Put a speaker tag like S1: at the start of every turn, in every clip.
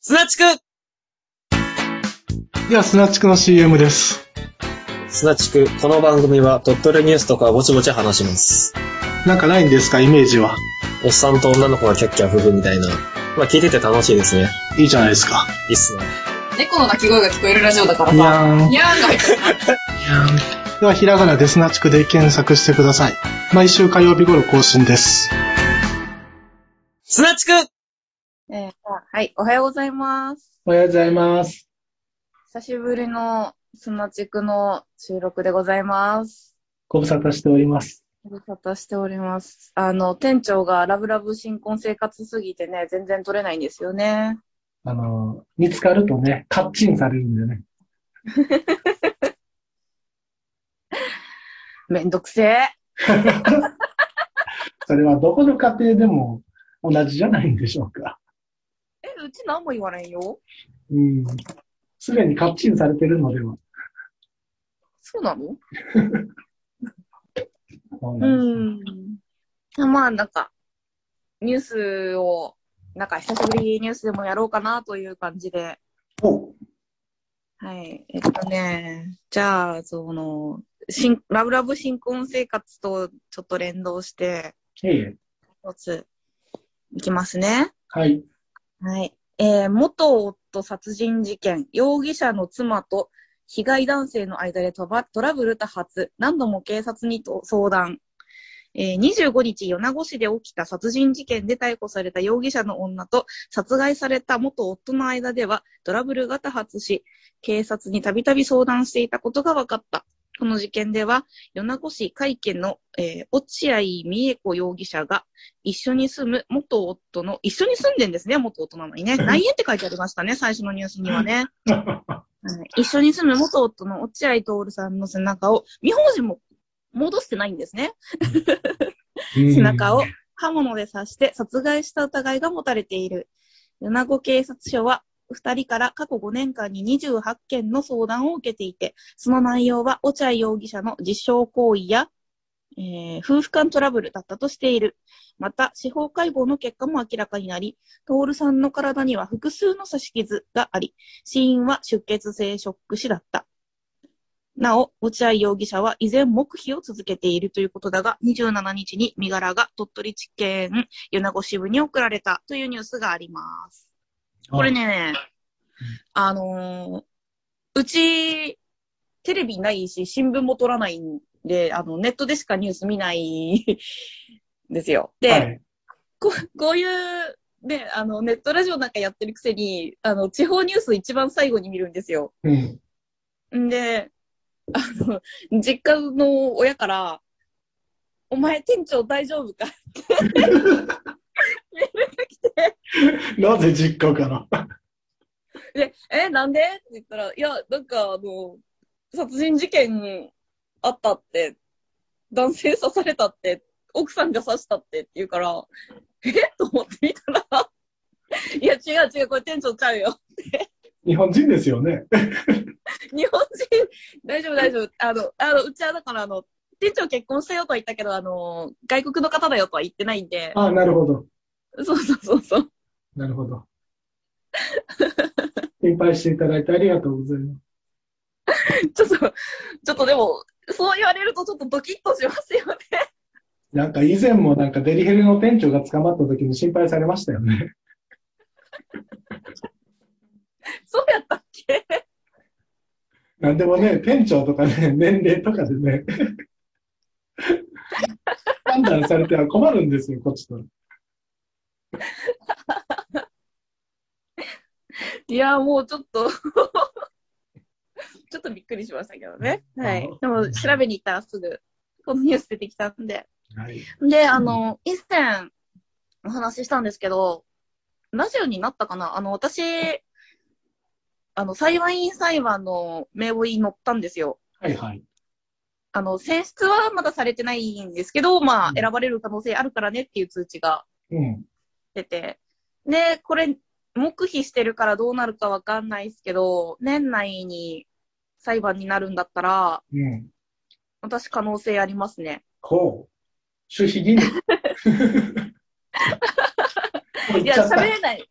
S1: すなちく
S2: では、スナチクの CM です。
S1: すなちく、この番組は鳥取ニュースとかぼちぼち話します。
S2: なんかないんですか、イメージは。
S1: おっさんと女の子がキャッキャフグみたいな。まあ聞いてて楽しいですね。
S2: いいじゃないですか。
S1: いいっすね。
S3: 猫の鳴き声が聞こえるラジオだから
S2: に
S3: さ。
S2: ゃーん。
S3: にゃーんが入ってる。
S2: では、ひらがなでスナチクで検索してください。毎週火曜日頃更新です。
S1: すなちく
S4: えーはい、おはようございます。
S2: おはようございます。
S4: 久しぶりの砂地区の収録でございます。
S2: ご無沙汰しております。
S4: ご無沙汰しております。あの、店長がラブラブ新婚生活すぎてね、全然取れないんですよね。
S5: あの、見つかるとね、カッチンされるんだよね。
S4: めんどくせえ。
S5: それはどこの家庭でも同じじゃないんでしょうか。
S4: え、うち何も言わないよ。
S5: うん。すでにカッチンされてるのでは。
S4: そうなのう
S5: そうなんです
S4: ん。まあ、なんか、ニュースを、なんか久しぶりにニュースでもやろうかなという感じで、
S5: お
S4: はい。えっとね、じゃあ、その、新ラブラブ新婚生活とちょっと連動して、
S5: ええ。
S4: 一つ、いきますね。
S5: はい。
S4: はい。えー元夫殺人事件、容疑者の妻と被害男性の間でトラトラブル多発、何度も警察にと相談。えー25日、米子市で起きた殺人事件で逮捕された容疑者の女と殺害された元夫の間ではトラブルが多発し、警察にたびたび相談していたことが分かった。この事件では、米子市会見の、えー落合美恵子容疑者が一緒に住む元夫の、一緒に住んでんですね、元夫なのにね。内縁って書いてありましたね、最初のニュースにはね。はい一緒に住む元夫の落合徹さんの背中を、未法人も戻してないんですね。背中を刃物で刺して殺害した疑いが持たれている。米子警察署は、二人から過去5年間に28件の相談を受けていて、その内容は落合容疑者の自傷行為や、えー夫婦間トラブルだったとしている。また、司法解剖の結果も明らかになり、徹さんの体には複数の刺し傷があり、死因は出血性ショック死だった。なお、落合容疑者は依然黙秘を続けているということだが、27日に身柄が鳥取地検米子支部に送られたというニュースがあります。これね、あのーうち、テレビないし、新聞も撮らないんで、あの、ネットでしかニュース見ないんですよ。で、
S5: はい。
S4: ここういう、ね、あの、ネットラジオなんかやってるくせに、あの、地方ニュース一番最後に見るんですよ。
S5: うん。
S4: んで、あの、実家の親から、お前店長大丈夫か
S5: なぜ実家から
S4: で、え、なんでって言ったら、いや、なんかあの、殺人事件あったって、男性刺されたって、奥さんが刺したってって言うから、えと思って見たら、いや、違う違う、これ店長ちゃうよ。
S5: 日本人ですよね。
S4: 日本人、大丈夫、大丈夫。あの、あの、うちはだから、あの、店長結婚したよとは言ったけど、あの、外国の方だよとは言ってないんで、
S5: ああ、なるほど。
S4: そうそうそうそう。
S5: なるほど。心配していただいてありがとうございます。
S4: ちょっと、ちょっとでも、そう言われるとちょっとドキッとしますよね。
S5: なんか以前もなんかデリヘルの店長が捕まった時に心配されましたよね。
S4: そうやったっけ
S5: なんでもね、店長とかね、年齢とかでね、判断されては困るんですよ、こっちと。
S4: いや、も うちょっと、ちょっとびっくりしましたけどね。はい。でも、調べに行ったらすぐ、このニュース出てきたんで。
S5: はい。
S4: で、あの、以前、お話ししたんですけど、ラジオになったかなあの、私、あの、裁判員裁判の名簿に載ったんですよ。
S5: はいはい。
S4: あの、選出はまだされてないんですけど、まあ
S5: う、ん
S4: 選ばれる可能性あるからねっていう通知が
S5: うん。
S4: 出て。で、これ、黙秘してるからどうなるかわかんないですけど、年内に裁判になるんだったら、
S5: うん。
S4: 私可能性ありますね。
S5: こう。守秘義務。もう
S4: い
S5: 言っ
S4: や、
S5: ちゃっ
S4: 喋
S5: た。
S4: れない。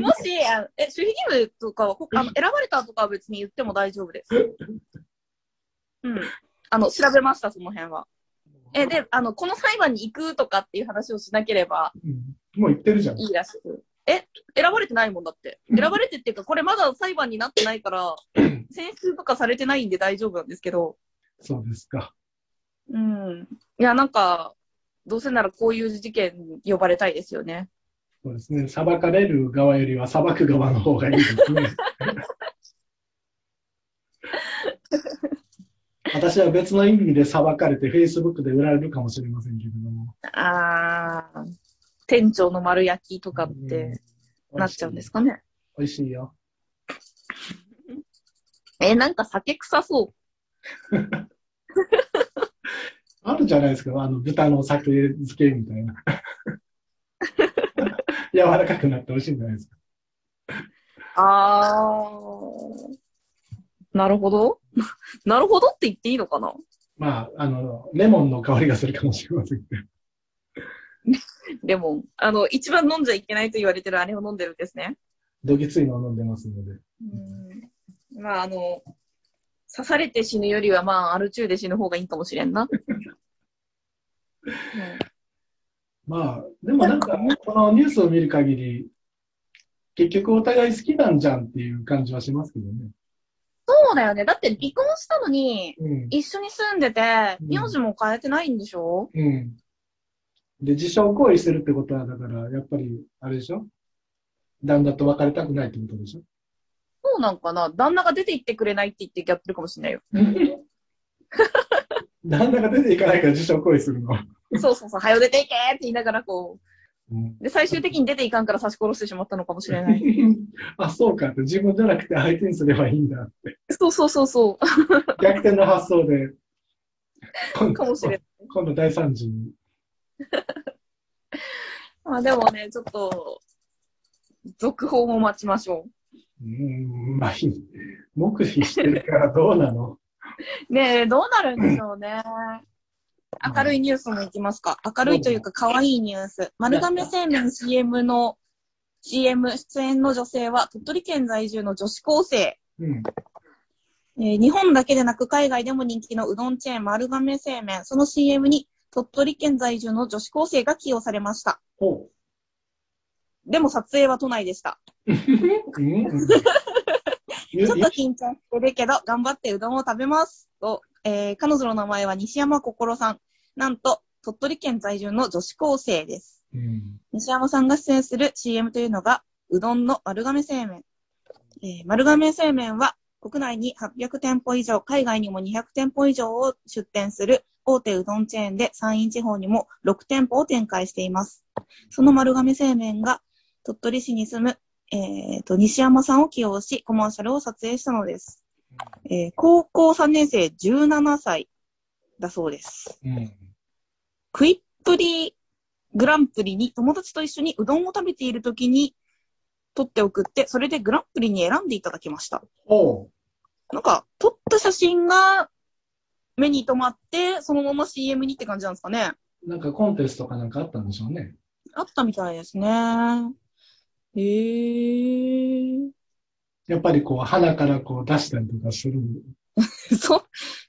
S4: もし、あのえ、守秘義務とかは、ほあの選ばれたとかは別に言っても大丈夫です。 うん。あの、調べました、その辺は。え、で、あの、この裁判に行くとかっていう話をしなければ
S2: もう言ってるじゃん。
S4: いいらしく。え、選ばれてないもんだって。選ばれてっていうか、これまだ裁判になってない から、選出とかされてないんで大丈夫なんですけど。
S2: そうですか。
S4: うん。いや、なんか、どうせならこういう事件に呼ばれたいですよね。
S2: そうですね。裁かれる側よりは裁く側の方がいいです ね。私は別の意味で裁かれて、Facebook で売られるかもしれませんけれども。
S4: あー、店長の丸焼きとかってなっちゃうんですかね。
S2: 美味しいよ。
S4: え、なんか酒臭そ
S2: あるじゃないですか。あの、豚の酒漬けみた いな。柔らかくなって美味しいんじゃないですか。
S4: う。あー。なるほど なるほどって言っていいのかな
S2: まあ、あの、レモンの香りがするかもしれませんけど。
S4: でも、あの、一番飲んじゃいけないと言われてるあれを飲んでるんですね。
S2: どぎついのを飲んでますので。
S4: うん。まあ、あの、刺されて死ぬよりは、まあ、アル中で死ぬ方がいいかもしれ んな。うん
S2: まあ、でもなんか、このニュースを見る限り、結局お互い好きなんじゃんっていう感じはしますけどね。
S4: そうだよね。だって離婚したのに、
S2: うん。
S4: 一緒に住んでて、
S2: うん
S4: 名字も変えてないんでしょ
S2: うん。で、自傷行為してるってことは、だから、やっぱり、あれでしょ旦那と別れたくないってことで しょ
S4: そうなんかな旦那が出て行ってくれないって言ってやってるかもしれないよ。
S2: 旦那が出ていかないから自傷行為するの。
S4: そうそうそう、早よ出ていけって言いながらこ
S2: うん
S4: う。で、最終的に出ていかんから刺し殺してしまったのかもしれ ない。
S2: あ、そうかって、自分じゃなくて相手にすればいいんだって。
S4: そうそうそうそう。
S2: 逆転の発想で。今
S4: かもしれない。
S2: 今度大惨事に。
S4: まあでもね、ちょっと、続報も待ちましょ
S2: うーん、まあいい。黙秘してるからどうなの
S4: う。ねえ、どうなるんでしょうね。明るいニュースもいきますか。明るいというか、可愛いニュース。丸亀製麺 CM の、CM 出演の女性は、鳥取県在住の女子高生。
S2: うん。
S4: えー日本だけでなく海外でも人気のうどんチェーン丸亀製麺、その CM に鳥取県在住の女子高生が起用されました。
S2: ほう。
S4: でも撮影は都内でした。
S2: うん、うん。
S4: ちょ
S2: ゆ
S4: っと緊張してるけど、頑張ってうどんを食べます。と、えー彼女の名前は西山心さん。なんと、鳥取県在住の女子高生です。
S2: うん。
S4: 西山さんが出演する CM というのが、うどんの丸亀製麺。えー丸亀製麺は、国内に800店舗以上、海外にも200店舗以上を出店する大手うどんチェーンで、山陰地方にも6店舗を展開しています。その丸亀製麺が、鳥取市に住む、えーと、西山さんを起用し、コマーシャルを撮影したのです。えー高校3年生17歳だそうです。
S2: うん。
S4: クイップリグランプリに友達と一緒にうどんを食べている時に撮って送って、それでグランプリに選んでいただきました。
S2: ほう。
S4: なんか、撮った写真が目に留まって、そのまま CM にって感じなんですかね。
S2: なんかコンテストかなんかあったんでしょうね。
S4: あったみたいですね。へー。
S2: やっぱりこう、鼻からこう出したりとかする。
S4: そ、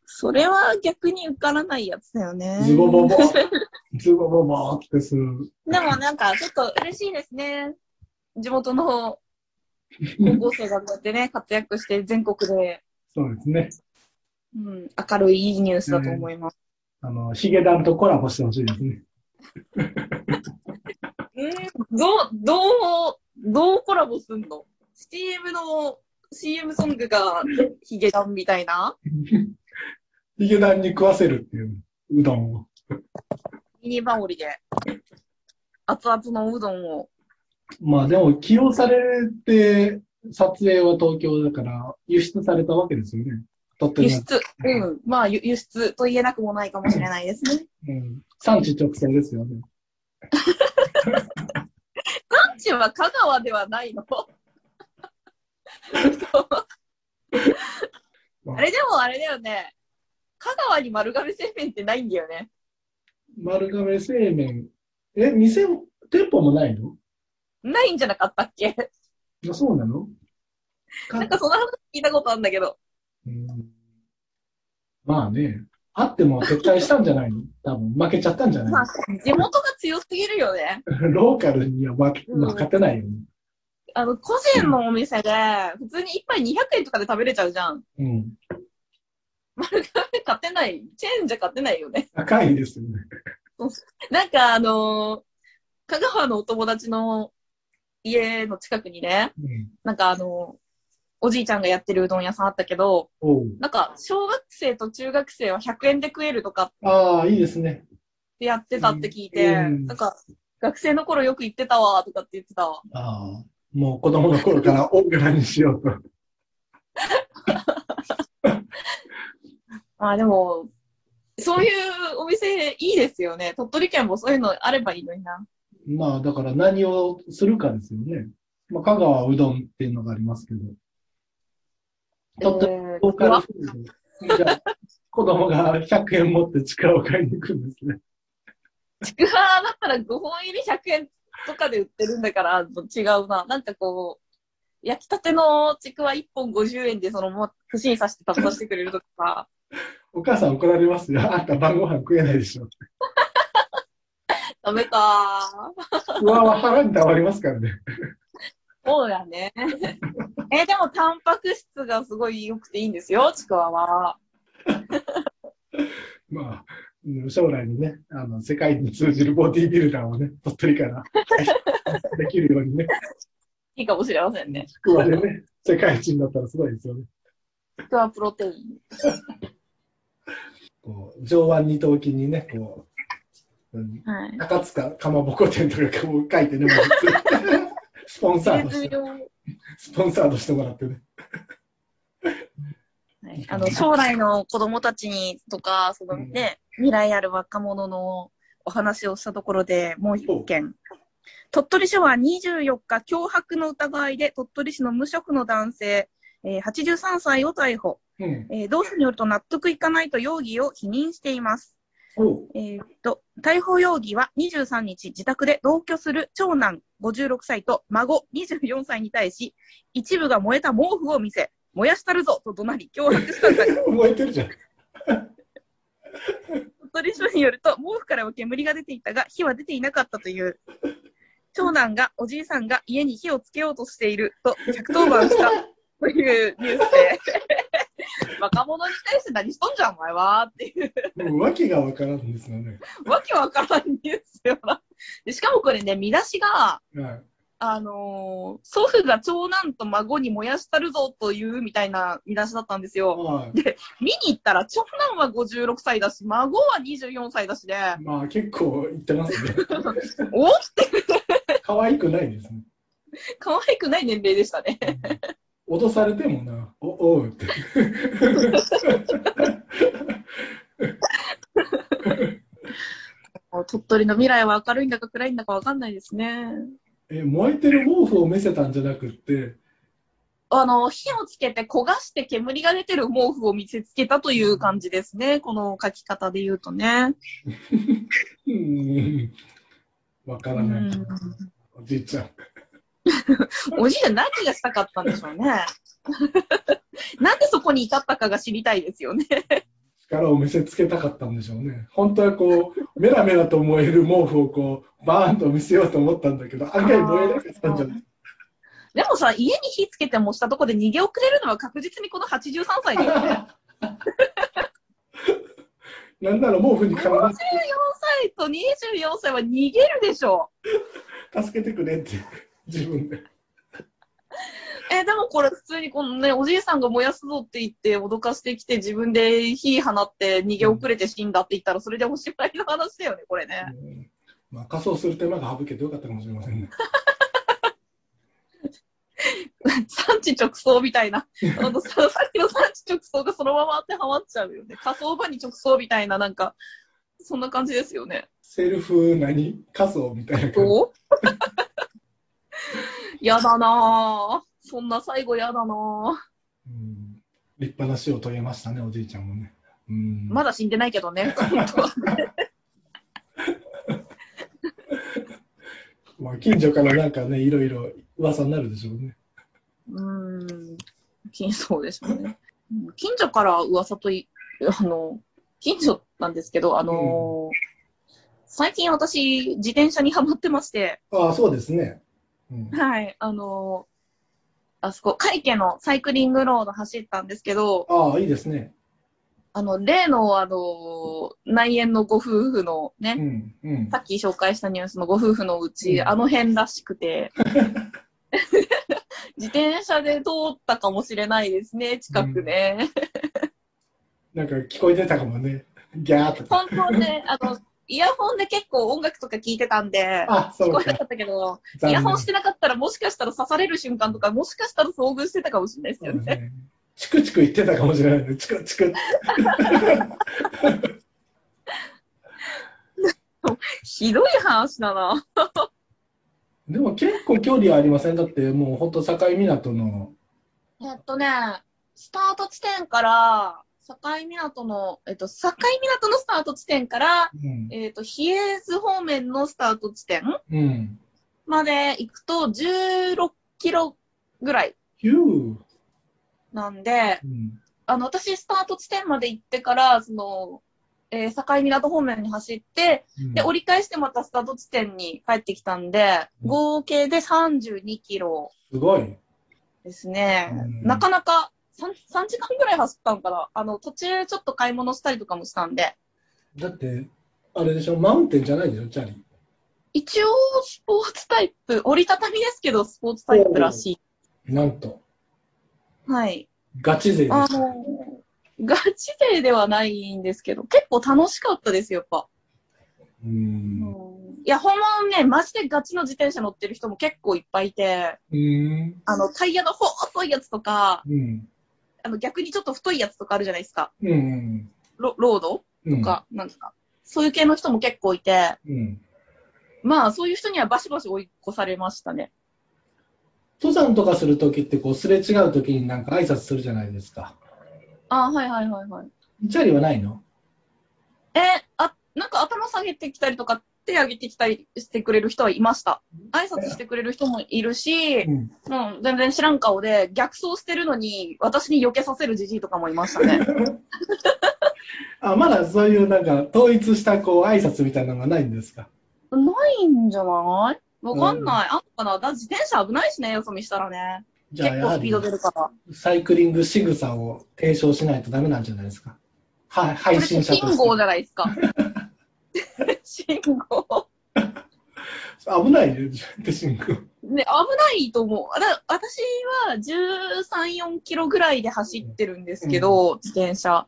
S4: それは逆に受からないやつだよね。
S2: ズボボ ボ。ズボボボってする。
S4: でもなんか、ちょっと嬉しいですね。地元の高校生がこうやってね、活躍して全国で、
S2: そうですね。
S4: うん、明るいいいニュースだと思います。
S2: あの、ヒゲダンとコラボしてほしいですね。
S4: うん、どう、どう、どうコラボすんの ?CM の、CM ソングがヒゲダンみたいな
S2: ヒゲダンに食わせるっていう、うどんを。
S4: ミニバオリで、熱々のうどんを。
S2: まあでも、起用されて、撮影は東京だから、輸出されたわけですよね。鳥
S4: 輸
S2: 取の。
S4: 出、うん、まあ輸輸出と言えなくもないかもしれないですね。
S2: うん。産地直送ですよね。
S4: 産地は香川ではないのあれでもあれだよね。香川に丸亀製麺ってないんだよね。
S2: 丸亀製麺。え、店も、店舗もないの
S4: ないんじゃなかったっけ
S5: あそうなのか
S4: なんかその話聞いたことあるんだけど。
S5: うんまあね、あっても撤退したんじゃないの多分、負けちゃったんじゃ
S4: ま
S5: な
S4: あ
S5: い、
S4: 地元が強すぎるよね。
S5: のローカルには負け
S4: うん
S5: 負けてないよね。
S4: あの、個人のお店で、普通に一杯200円とかで食べれちゃうじゃん。
S5: うん。
S4: 勝てない。チェーンじゃ勝てないよね。
S5: 高いですよね。
S4: なんかあのー香川のお友達の家の近くにね、
S5: うん。
S4: なんかあのーおじいちゃんがやってるうどん屋さんあったけど、
S5: おう
S4: なんか小学生と中学生は100円で食えるとかっ
S5: ああ、いいですね。
S4: てやってたって聞いて、
S5: うん
S4: なんか学生の頃よく行ってたわとかって言ってたわ。
S5: ああ、もう子供の頃 からオーガナにしようと。
S4: まあでも、そういうお店いいですよね。鳥取県もそういうのあればいいのにな。
S5: まあ、だから何をするかですよね。まあ、香川うどんっていうのがありますけど。鳥取
S4: えー
S5: ローカルフード。じゃあ、子供が100円持って力を買いに行くんですね。
S4: ちくわだったら5本入り100円とかで売ってるんだから、あの違うな。なんかこう、焼きたてのちくわ1本50円でそのまま串に刺して食べさせてくれるとか、
S5: お母さん怒られますよ。あんた晩ご飯食えないでしょ。
S4: ダメか
S5: うわは腹にたまりますからね。
S4: ー。そうだね。え、でもタンパク質がすごい良くていいんですよ、ちくわは。
S5: まあ、うん将来にね、あの、世界に通じるボディービルダーをね、鳥取から、 できるようにね、
S4: いいかもしれませんね。
S5: ちくわでね、世界一になったらすごいですよね。
S4: ちくわプロテイン。
S5: こう、上腕二頭筋にね、こう、うん
S4: はい。
S5: 高塚かまぼこ店とかこう書いてね、もう スポンサーとして、
S4: 絶妙
S5: スポンサーとしてもらってね。
S4: はいあの、将来の子供たちにとか、そのね、未来ある若者のお話をしたところでもう一件。鳥取市は24日、脅迫の疑いで鳥取市の無職の男性、えー83歳を逮捕、
S5: うん。
S4: えー同氏によると納得いかないと容疑を否認しています。
S5: おう
S4: えーっと、逮捕容疑は23日、自宅で同居する長男56歳と孫24歳に対し、一部が燃えた毛布を見せ、燃やしたるぞと怒鳴り、脅迫した疑い。
S5: 燃えてるじゃん。
S4: 鳥取署によると、毛布からは煙が出ていたが、火は出ていなかったという。長男が、おじいさんが家に火をつけようとしていると、110番したというニュースで、若者に対して何しとんじゃん、お前はっていう、
S5: もう訳がわからんですよね。
S4: わけわからんニュースよな。でしかもこれね、見出しが、
S5: はい。
S4: あのー祖父が長男と孫に燃やしたるぞというみたいな見出しだったんですよ。
S5: ま
S4: 見に行ったら、長男は56歳だし、孫は24歳だしで、
S5: あ、まあ結構言ってますね。
S4: おっ
S5: 可愛くないですね。
S4: 可愛くない年齢でしたね。
S5: 脅されてもな、お、おうって。
S4: 鳥取の未来は明るいんだか暗いんだかわかんないですね。
S5: え、燃えてる毛布を見せたんじゃなくって、
S4: あの、火をつけて焦がして煙が出てる毛布を見せつけたという感じですね。この書き方で言うとね。
S5: うーん、わか
S4: う
S5: らない。
S4: ん。
S5: おじいちゃん。
S4: おじいちゃん何がしたかったんでしょうね。 なんでそこに至ったかが知りたいですよね。
S5: 力を見せつけたかったんでしょうね。本当はこう、メラメラと燃える毛布をこう、バーンと見せようと思ったんだけど、案外燃えなかったんじゃない
S4: でもさ、家に火つけてもしたとこで逃げ遅れるのは確実にこの83歳だよね。
S5: なんなら毛布に絡ま
S4: 54
S5: れて
S4: 歳と24歳は逃げるでしょ
S5: 助けてくれって、自分で。
S4: えーでもこれ普通にこのね、おじいさんが燃やすぞって言って脅かしてきて自分で火放って逃げ遅れて死んだって言ったらそれでおしまいの話だよね、これね。
S5: うんまあ、仮装する手間が省けてよかったかもしれませんね。
S4: 産地直送みたいな。あの、ささっきの産地直送がそのまま当てはまっちゃうよね。仮想場に直送みたいな、なんか、そんな感じですよね。
S5: セルフ何仮装みたいな感じ。
S4: どう やだなぁ。そんな最後やだなぁ。
S5: うん立派な死を遂げましたね、おじいちゃんもね。うん
S4: まだ死んでないけどね、本当は。
S5: まあ、近所からなんかね、いろいろ噂になるでしょうね。
S4: うーん、近そうですよね。うん近所から噂とい、あの、近所なんですけど、あの、最近私、自転車にハマってまして、
S5: ああ、そうですね。うん、
S4: はい、あの、あそこ、海家のサイクリングロード走ったんですけど、
S5: ああ、いいですね。
S4: あの、例の、あの、内縁のご夫婦のね、
S5: うん、うん
S4: さ。っき紹介したニュースのご夫婦のうち、
S5: うん
S4: あの辺らしくて、 自転車で通ったかもしれないですね、近くね。
S5: なんか聞こえてたかもね。ギャーとか。
S4: 本当ね、あの、イヤホンで結構音楽とか聞いてたんで、
S5: あ、そ
S4: 聞
S5: う
S4: こえな
S5: か。
S4: かったけど、イ
S5: 残
S4: ヤ
S5: 念
S4: ホンしてなかったらもしかしたら刺される瞬間とか、もしかしたら遭遇してたかもしれないです
S5: そ
S4: よ
S5: うです
S4: ね。
S5: ね。チクチク言ってたかもしれな いね。チクチク。
S4: ひどい話だな。
S5: でも結構距離はありません。だってもう本当境港の。
S4: えっとね、スタート地点から、境港の、えっと、境港のスタート地点から、
S5: うん。
S4: えっと、比叡津方面のスタート地点
S5: うん。
S4: まで行くと16キロぐらい
S5: ヒュー。
S4: なんで、
S5: うん。
S4: あの、私、スタート地点まで行ってから、その、えー境港方面に走って、
S5: うん
S4: で、折り返してまたスタート地点に帰ってきたんで、
S5: うん
S4: 合計で32キロ
S5: すごい。
S4: ですね
S5: うん。
S4: なかなか3、3時間ぐらい走ったのかなあの、途中ちょっと買い物したりとかもしたんで。
S5: だって、あれでしょ、マウンテンじゃないでしょ、チャリ。
S4: 一応、スポーツタイプ、折りたたみですけど、スポーツタイプらし
S5: なんと、
S4: い。はい。
S5: ガチ勢です。
S4: あの、ガチ勢ではないんですけど、結構楽しかったですよ、やっぱ。う
S5: う。
S4: んんいや、ほんまね、マジでガチの自転車乗ってる人も結構いっぱいいて、
S5: うん。
S4: あの、タイヤの細いやつとか、
S5: うん。
S4: あの、逆にちょっと太いやつとかあるじゃないですか。
S5: うん。
S4: ロロード
S5: うん。
S4: とか、なんですか。そういう系の人も結構いて、
S5: うん。
S4: まあ、そういう人にはバシバシ追い越されましたね。
S5: 登山とかするときって、こう、すれ違うときになんか挨拶するじゃないですか。
S4: あはいはいはいはい。
S5: チャリはないの
S4: えあ、なんか頭下げてきたりとか、手上げてきたりしてくれる人はいました。挨拶してくれる人もいるし、
S5: うん。
S4: うん、全然知らん顔で、逆走してるのに、私に避けさせるじじいとかもいましたね。
S5: あ、まだそういうなんか、統一したこう、挨拶みたいなのがないんですか。
S4: ないんじゃないわかんない。あんのかなだ自転車危ないしね、よそ見したらね。
S5: じ
S4: 結
S5: ゃあ、や
S4: 構
S5: は
S4: スピー
S5: り
S4: ド、出るから。
S5: サイクリング仕草を提唱しないとダメなんじゃないですか。はい、配信者
S4: こ
S5: と
S4: れ信号
S5: し
S4: じゃないです か。信号。
S5: て。危ないよ、って信号。
S4: ね、危ないと思う。だ私は13、4キロぐらいで走ってるんですけど、自転車。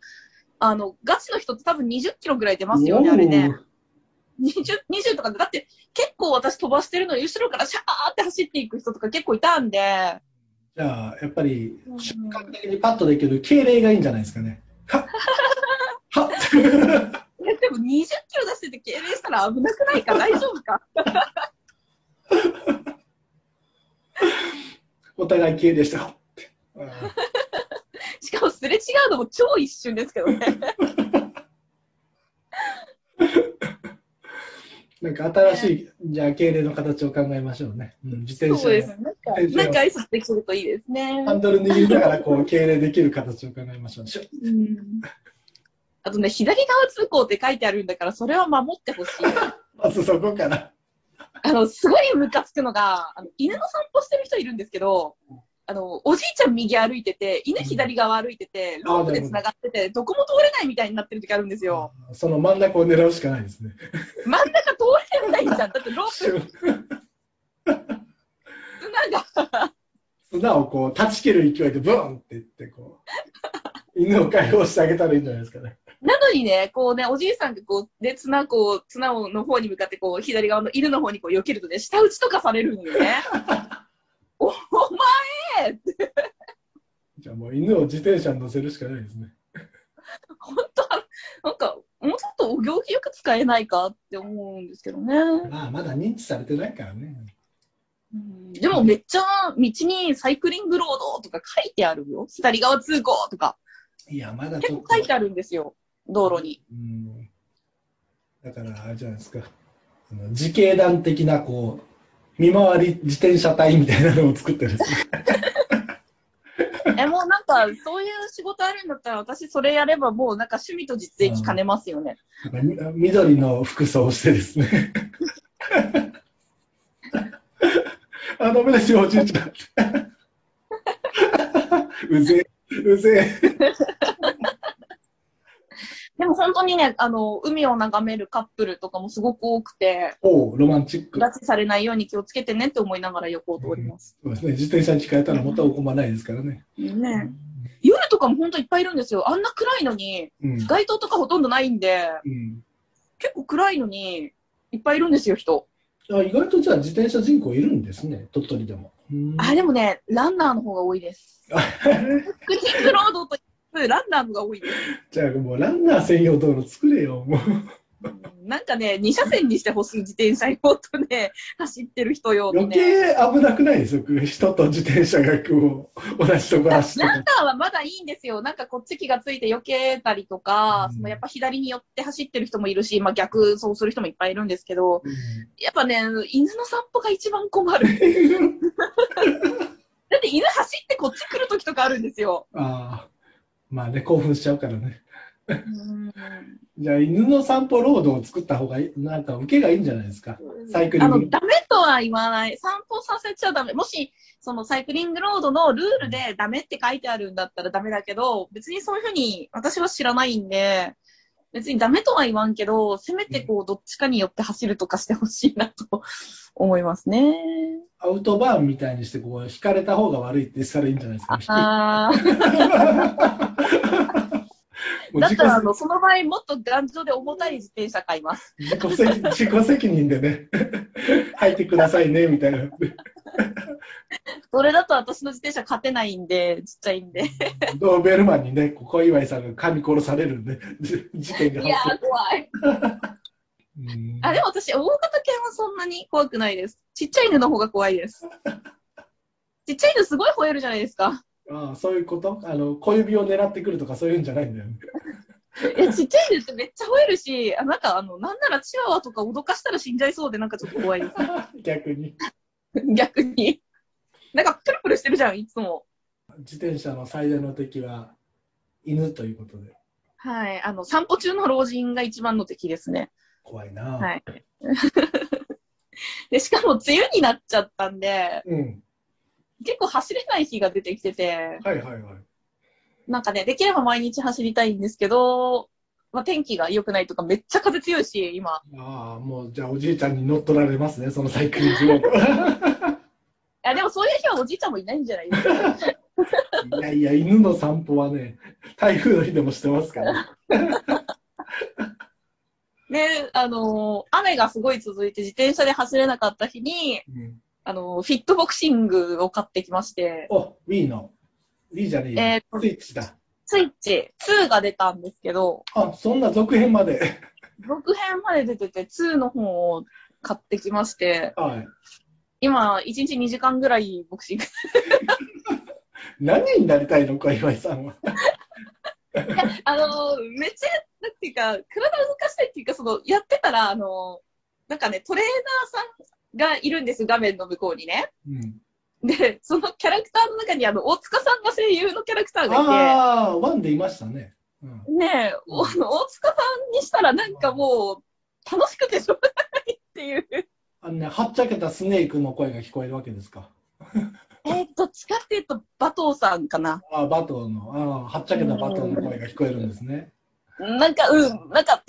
S4: あの、ガチの人って多分20キロぐらい出ますよね、あれね。20、20とかで。だって結構私飛ばしてるのに、後ろからシャーって走っていく人とか結構いたんで。
S5: じゃあ、やっぱり、瞬間的にパッとできる敬礼がいいんじゃないですかね。はっはっ
S4: えでも20キロ出してて敬礼したら危なくないか大丈夫か
S5: お互い敬礼して、はっってうん
S4: しかもすれ違うのも超一瞬ですけどね。
S5: なんか新しい、じゃあ敬礼の形を考えましょうね。うん自転
S4: そう
S5: 車
S4: です
S5: で
S4: ね。なんか、なんか挨拶できるといいですね。
S5: ハンドル握りながらこう敬礼できる形を考えましょう。シュッ
S4: うんあとね、左側通行って書いてあるんだから、それは守って ほしい。
S5: まずそこから。
S4: あの、すごいムカつくのが、あの犬の散歩してる人いるんですけど、あの、おじいちゃん右歩いてて、犬左側歩いてて、ロープで繋がってて、どこも通れないみたいになってる時あるんですよ。
S5: その真ん中を狙うしかないですね。
S4: 真ん中通れないじゃん。だってロープ砂が、
S5: 砂をこう断ち切る勢いでブーンっていってこう、犬を解放してあげたらいいんじゃないですかね。
S4: なのにね、こうね、おじいさんがこう、ね、綱、こう、綱をの方に向かって、こう、左側の犬の方にこう、避けるとね、舌打ちとかされるんよね。お前
S5: じゃあもう犬を自転車に乗せるしかないですね。
S4: 本当は、なんか、もうちょっとお行儀よく使えないかって思うんですけどね。
S5: まあ、まだ認知されてないからね。
S4: うんでもめっちゃ道にサイクリングロードとか書いてあるよ。左側通行とか。
S5: いや、まだち
S4: 結
S5: ょっ
S4: 構書い
S5: と。
S4: てあるんですよ。道路に。
S5: うん。だから、あれじゃないですか。あの自警団的な、こう、見回り自転車隊みたいなのを作ってるんですね。
S4: え、もうなんか、そういう仕事あるんだったら、私それやればもうなんか趣味と実益兼ねますよね。
S5: なんかみ緑の服装をしてですね。 あ、ダメですよ、おじいちゃん。うぜえ、うぜえ。
S4: でも本当にね、あの、海を眺めるカップルとかもすごく多くて、
S5: おうロマンチック。
S4: 拉致されないように気をつけてねって思いながら横を通ります。
S5: そうですね、自転車に近えたら元を込まないですからね。
S4: ね夜とかも本当いっぱいいるんですよ。あんな暗いのに、
S5: うん。
S4: 街灯とかほとんどないんで、
S5: うん
S4: 結構暗いのに、いっぱいいるんですよ、人。
S5: あ意外とじゃあ自転車人口いるんですね、鳥取でも。うん
S4: あ、でもね、ランナーの方が多いです。クリックロードと言いつつランナーの方が多いです。
S5: じゃあもうランナー専用道路作れよ、もう。
S4: うんなんかね、2車線にしてほしい自転車用とね、走ってる人用と
S5: 余
S4: ね。
S5: 計危なくないですよ、人と自転車がこう同じとこ
S4: ラン
S5: 走ってたら
S4: ナーはまだいいんですよ。なんかこっち気がついて避けたりとか、
S5: うん
S4: そのやっぱ左に寄って走ってる人もいるし、まあ逆そうする人もいっぱいいるんですけど、
S5: う
S4: やっぱね、犬の散歩が一番困る。
S5: ん
S4: だって犬走ってこっち来る時とかあるんですよ。
S5: ああ、まあね、興奮しちゃうからね。
S4: うん
S5: じゃあ、犬の散歩ロードを作った方がいい、なんか受けがいいんじゃないですか。サイクリ
S4: あ
S5: ング
S4: の、ダメとは言わない。散歩させちゃダメ。もし、そのサイクリングロードのルールでダメって書いてあるんだったらダメだけど、別にそういうふうに私は知らないんで、別にダメとは言わんけど、せめてこう、どっちかによって走るとかしてほしいなと 思いますね。
S5: アウトバーンみたいにして、こう、引かれた方が悪いってしたらいいんじゃないですか。
S4: あー
S5: もう
S4: だっ
S5: 自己
S4: たら、あの、その場合、もっと頑丈で重たい自転車買います。
S5: 自己責自己責任でね、 入ってくださいね、みたいな。
S4: それだと私の自転車勝てないんで、ちっちゃいんで。
S5: ドーベルマンにね、小祝さんが噛み殺されるんで、じ事件
S4: い
S5: が
S4: や
S5: 発
S4: ー、怖い。
S5: 生。うん
S4: あ、でも私、大型犬はそんなに怖くないです。ちっちゃい犬の方が怖い です。ちっちゃい犬すごい吠えるじゃないですか。
S5: ああそういうことあの小指を狙ってくるとかそういうんじゃないんだよね。
S4: いや、ちっちゃい犬ってめっちゃ吠えるし、あなんかあの、なんならチワワとか脅かしたら死んじゃいそうでなんかちょっと怖いで
S5: 逆に。
S4: す。 逆に。なんかプルプルしてるじゃん、いつも。
S5: 自転車の最大の敵は犬ということで
S4: はい。あの、散歩中の老人が一番の敵ですね。
S5: 怖いな。
S4: はいで、しかも梅雨になっちゃったんで、
S5: うん。
S4: 結構走れない日が出てきてて、
S5: はいはいはい。
S4: なんかね、できれば毎日走りたいんですけど、まあ、天気が良くないとかめっちゃ風強いし、今。
S5: ああ、もうじゃあおじいちゃんに乗っ取られますね、そのサイクリングロー
S4: いや、でもそういう日はおじいちゃんもいないんじゃない ですか。
S5: ドいやいや、犬の散歩はね、台風の日でもしてますから。
S4: ね、あのー雨がすごい続いて自転車で走れなかった日に、
S5: うん、
S4: あのーフィットボクシングを買ってきまして、
S5: お、Wii の。Wii じゃねえ
S4: えー
S5: よスイッチだ。
S4: スイッチ2が出たんですけど、
S5: あ、そんな続編まで。
S4: 続編まで出てて2の方を買ってきまして、
S5: はい。
S4: 今、1日2時間ぐらいボクシング。
S5: 何になりたいの、小祝さんは。
S4: あのーめっちゃ、なんていうか、体を動かしたいっていうか、その、やってたら、あのーなんかね、トレーナーさんがいるんです、画面の向こうにね。
S5: うん、
S4: で、そのキャラクターの中にあの、大塚さんが声優のキャラクターが
S5: ああ、ワンでいましたね。うん
S4: いて、ねえ、おあの大塚さんにしたらなんかもう、楽しくてしょうがないっていう。
S5: あのね、はっちゃけたスネークの声が聞こえるわけですか。
S4: えっと、近っていうと、馬頭さんかな。
S5: ああ、バトンの、ああ、はっちゃけたバトンの声が聞こえるんですね。
S4: なんか、うん、なんかテンション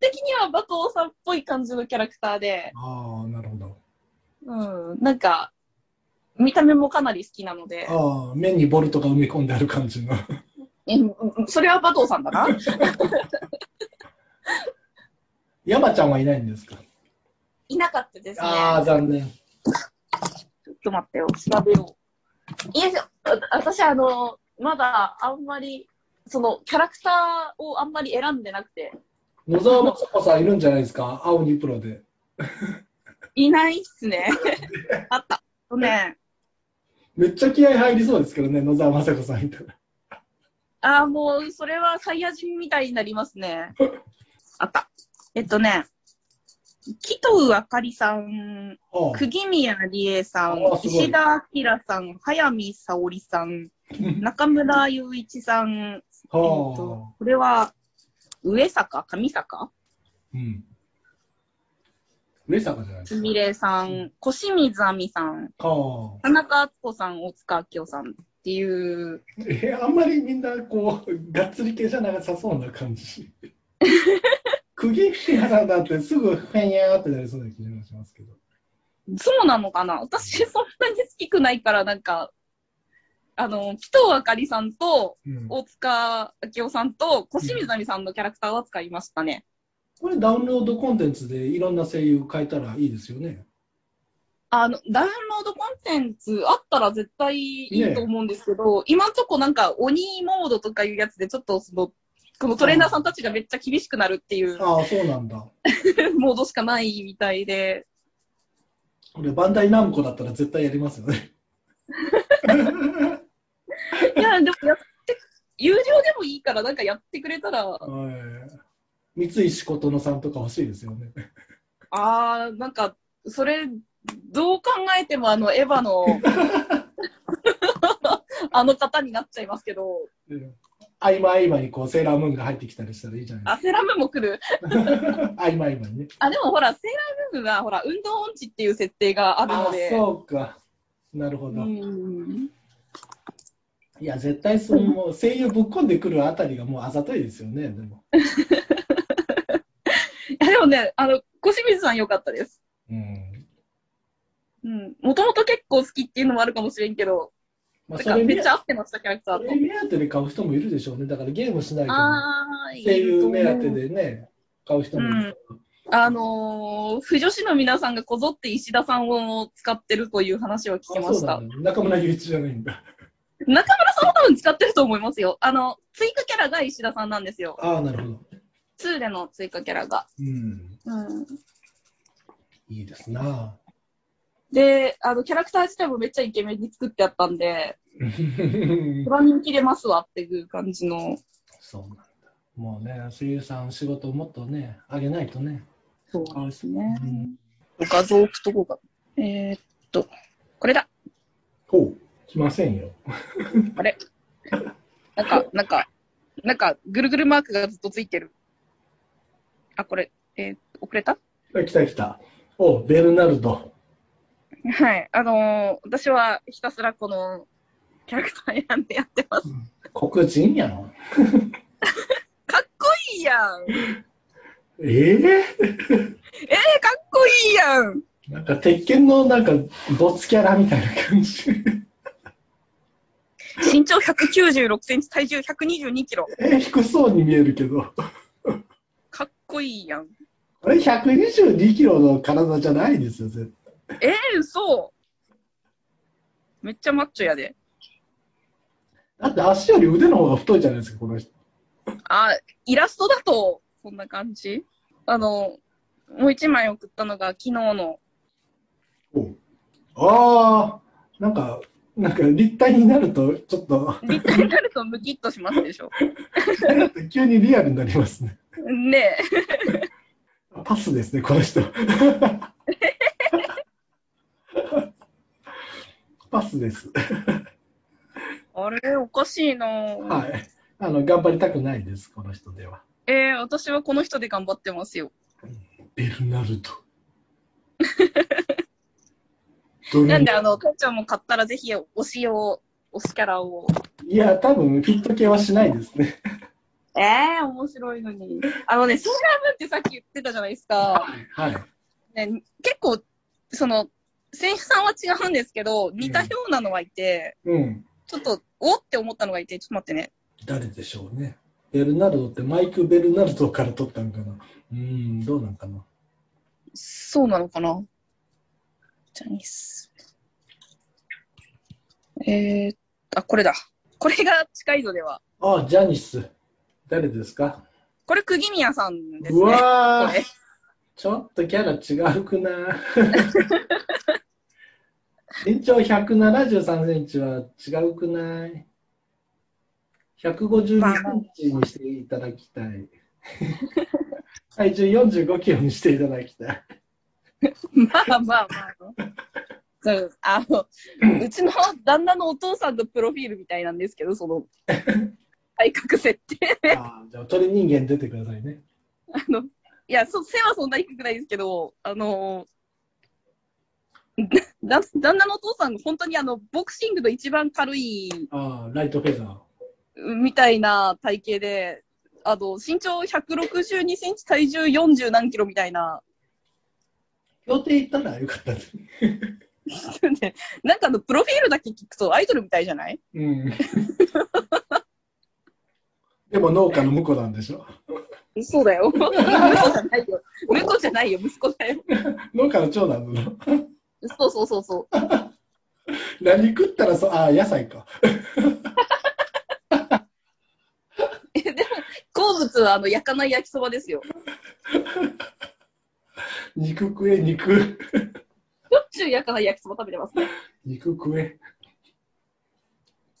S4: 的には馬頭さんっぽい感じのキャラクターで、
S5: ああ、なるほど。
S4: うん、なんか、見た目もかなり好きなので、
S5: ああ、面にボルトが埋め込んである感じの。
S4: えうんうんそれは馬頭さんだな。
S5: 山ちゃんはいないんですか。
S4: いなかったですね。
S5: ああ、残念。
S4: ちょっと待ってよ、調べよう。いや、あ私、あの、まだあんまり、その、キャラクターをあんまり選んでなくて、
S5: 野沢雅子さんいるんじゃないですか。青にプロで。
S4: いないっす ね。あった。とね、
S5: めっちゃ気合入りそうですけどね、野沢雅子さんいたら。
S4: ああ、もう、それはサイヤ人みたいになりますね。あった。えっとね、紀藤あかりさん、
S5: ああ
S4: 釘宮理恵さん
S5: あー、すごい
S4: 石田明さん、早見沙織さん、中村雄一さん、えー
S5: は
S4: とこれは上坂、上坂、
S5: あ。うん。上坂じゃないです
S4: す
S5: か。
S4: みれさん、小清水亜美さん、
S5: は
S4: 田中敦子さん、大塚明夫さんっていう、
S5: あ。え、あんまりみんな、こう、がっつり系じゃなさそうな感じ。釘宮さんだってすぐ、ふんやーってなりそうな気がしますけど。
S4: そうなのかな私そんなに好きくないから、なんか、あの、紀藤あかりさんと、
S5: うん、
S4: 大塚明夫さんと、小清水亜美さんのキャラクターは使いましたね。
S5: これダウンロードコンテンツでいろんな声優変えたらいいですよね。
S4: あの、ダウンロードコンテンツあったら絶対いいと思うんですけど、今んとこなんか鬼モードとかいうやつでちょっとその、このトレーナーさんたちがめっちゃ厳しくなるっていう
S5: ああ、そうなんだ。
S4: モードしかないみたいで、
S5: これバンダイナムコだったら絶対やりますよね。
S4: いや、でもやって、有料でもいいからなんかやってくれたら、
S5: はい三井志琴乃さんとか欲しいですよね。
S4: あー、なんか、それ、どう考えてもあの、エヴァ の、あの方になっちゃいますけど、
S5: 合間合間にこうセーラームーンが入ってきたりしたらいいじゃない
S4: あ、セーラームーンも来る
S5: ですか。合間合間にね。
S4: あ、でもほら、セーラームーンはほら、運動音痴っていう設定がある
S5: あ
S4: ので、
S5: そうか。なるほど。い
S4: うん
S5: や、絶対そう、もう声優ぶっこんでくるあたりがもうあざといですよね、でも。
S4: いやでもね、あの、小清水さん良かったです。
S5: うん。
S4: うん。もともと結構好きっていうのもあるかもしれんけど、
S5: まあ、
S4: なん
S5: そ
S4: か
S5: れ
S4: め
S5: 目
S4: っちゃ合ってました、キャラクターと
S5: それ。目当てで買う人もいるでしょうね。だからゲームしないとも
S4: あー、
S5: 声優目当
S4: い
S5: て
S4: いと思う
S5: でね、買う人もいる。
S4: あのー、不女子の皆さんがこぞって石田さんを使ってるという話は聞きま
S5: あそ
S4: し
S5: うな
S4: た。
S5: んだ中村雄一じゃないんだ。
S4: 中村さんは多分使ってると思いますよ。あの、追加キャラが石田さんなんですよ。
S5: ああ、なるほど。
S4: 2での追加キャラが。
S5: うん。
S4: うん。
S5: いいですな。
S4: で、あの、キャラクター自体もめっちゃイケメンに作ってあったん で、
S5: うん
S4: 一番人気出ますわっていう感じの。
S5: そうなんだ。もうね、声優さん仕事をもっとね、あげないとね。
S4: そうですね
S5: うん。
S4: 画像置くとこが。えーっと、これだ。
S5: ほう。来ませんよ。
S4: あれ。なんか、なんか、なんか、ぐるぐるマークがずっとついてる。あ、これ、えー遅れた
S5: あ来た来た。おうベルナルド。
S4: はい。あのー私はひたすらこの、キャラクター選んでやってます。
S5: 黒人やん。
S4: かっこいいやんえ
S5: ええ
S4: ー、かっこいいやん
S5: なんか、鉄拳のなんか、没キャラみたいな感じ。
S4: 身長196センチ、体重122キロ。
S5: え、低そうに見えるけど。
S4: かっこいいやん。
S5: これ122キロの体じゃないですよ、絶
S4: えー、嘘めっちゃマッチョやで。
S5: 対。だって足より腕の方が太いじゃないですか、この人。
S4: あ、イラストだと、こんな感じあの、もう一枚送ったのが昨日の、
S5: ああ、なんか、なんか立体になると、ちょっと、
S4: 立体になるとムキッとしますでしょ。
S5: 急にリアルになりますね。
S4: ねえ。
S5: パスですね、この 人。パスです。
S4: あれ、おかしいなぁ
S5: はい。あの、頑張りたくないです、この人では。
S4: えー、私はこの人で頑張ってますよ。
S5: ベルナルド。ドル
S4: なんで、あの、店長も買ったらぜひ推しを、推しキャラを。
S5: いや、多分、フィット系はしないですね。
S4: ええー、面白いのに。あのね、セーラームーンってさっき言ってたじゃないですか。
S5: はい。
S4: ね、結構、その、選手さんは違うんですけど、似たようなのはいて、
S5: うん。
S4: ちょっと、おって思ったのがいて、ちょっと待ってね。
S5: 誰でしょうね。ベルナルドってマイク・ベルナルドから取ったんかな。うーん、どうなんかな。
S4: そうなのかなジャニス。えーっと、あ、これだ。これが近いのでは。
S5: あ、ジャニス。誰ですか
S4: これ、釘宮さんです
S5: う
S4: ね。
S5: わ
S4: こ
S5: ー
S4: れ
S5: ちょっとキャラ違うくな 身長173センチは違うくない152センチにしていただきた い。体重45キロにしていただきたい。
S4: まあまあまあ。そうあの、うちの旦那のお父さんのプロフィールみたいなんですけど、その、体格設定。
S5: あーじゃあ、鳥人間出てくださいね。
S4: あの、いや、そ、背はそんなに低くないですけど、あの、 だ旦那のお父さん、本当にあの、ボクシングの一番軽い
S5: ああ、ライトフェザー。
S4: みたいな体型で、あの、身長162センチ、体重40何キロみたいな、
S5: 予定行ったらよかったです。
S4: でなんかあの、プロフィールだけ聞くとアイドルみたいじゃない
S5: うん。 でも農家の婿なんでしょ
S4: 嘘だよ。婿じゃないよ。婿じゃないよ、息子だよ。
S5: 農家の長男なの
S4: そうそうそうそう。
S5: 何食ったらそう、ああ、野菜か。
S4: えでも、好物はあの、焼かない焼きそばですよ。
S5: 肉食え、肉。
S4: しょっちゅう焼かない焼きそば食べてますね。
S5: 肉食え。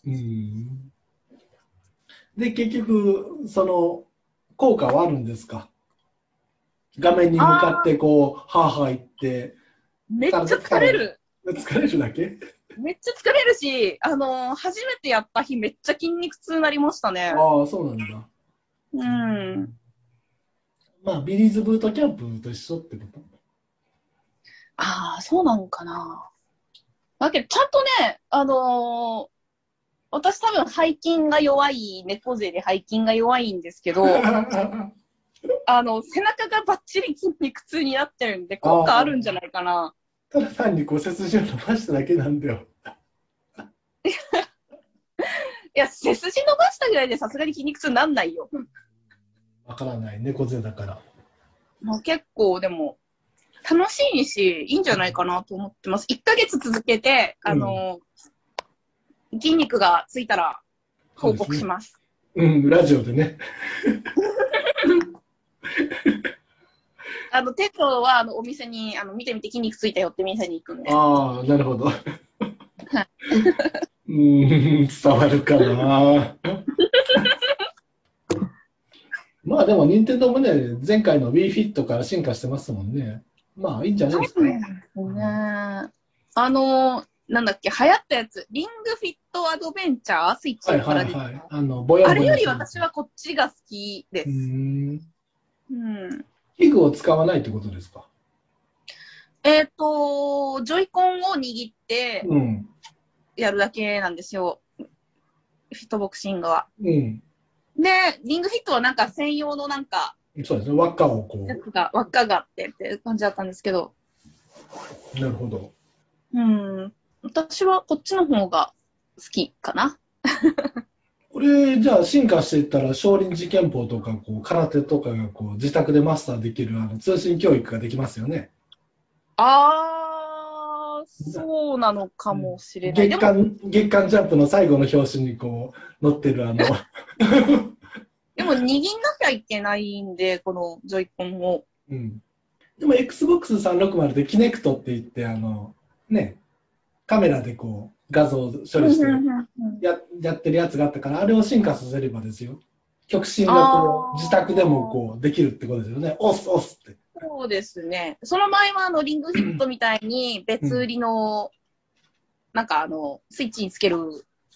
S5: うん。で、結局、その、効果はあるんですか画面に向かってこう、はあはあ言って、
S4: めっちゃ疲れる。
S5: 疲れるだけ
S4: めっちゃ疲れるし、あのー初めてやった日めっちゃ筋肉痛になりましたね。
S5: ああ、そうなんだ。
S4: うん。
S5: まあ、ビリーズブートキャンプと一緒ってこと
S4: ああ、そうなのかな。だけど、ちゃんとね、あのー私多分背筋が弱い、猫背で背筋が弱いんですけど、あの、背中がバッチリ筋肉痛になってるんで、効果あるんじゃないかな。
S5: ただ単にこう背筋を伸ばしただけなんだよ。
S4: いや、背筋伸ばしたぐらいでさすがに筋肉痛になんないよ。
S5: わからない、猫背だから。
S4: まあ、結構でも、楽しいし、いいんじゃないかなと思ってます。1ヶ月続けて、あの、筋肉がついたら報告します。
S5: うん、ラジオでね。
S4: あの、テトは、あの、お店に、あの、見てみて筋肉ついたよって店に行くんで。
S5: ああ、なるほど。うーん、伝わるか な。まあでも、任天堂もね、前回の WeFit から進化してますもんね。まあ、いいんじゃないですか。
S4: ねえあの、なんだっけ、流行ったやつ、リングフィットアドベンチャースイッチ
S5: はい
S4: か
S5: は
S4: ら
S5: い
S4: 出てた
S5: はい。あの、ぼやぼや
S4: あれより私はこっちが好きで
S5: うー
S4: す。
S5: ん。
S4: うん。
S5: 器具を使わないってことですか。
S4: えっ、と、ジョイコンを握って
S5: うん。
S4: やるだけなんですよ。フィットボクシングは。
S5: うん。
S4: で、リングフィットはなんか専用のなんか、
S5: そうですね。輪っかをこ
S4: やつが、輪っかがあってっていう感じだったんですけど、
S5: う。なるほど。
S4: うん。私はこっちの方が好きかな。
S5: これ、じゃあ進化していったら、少林寺拳法とか、こう、空手とかが、こう、自宅でマスターできる、あの、通信教育ができますよね。
S4: あー、そうなのかもしれない。
S5: 月
S4: でも、
S5: 刊、月刊ジャンプの最後の表紙に、こう、載ってる、あの、
S4: でも握んなきゃいけないんで、このジョイコンを。
S5: うん。でも、Xbox 360で、キネクトって言って、あの、ね、カメラでこう、画像を処理して、ややってるやつがあったから、あれを進化させればですよ。極真がこ
S4: あー
S5: う、自宅でもこう、できるってことですよね。押す、押すって。
S4: そうですね。その前は、あの、リングフィットみたいに別売りの、なんかあの、スイッチにつける
S5: う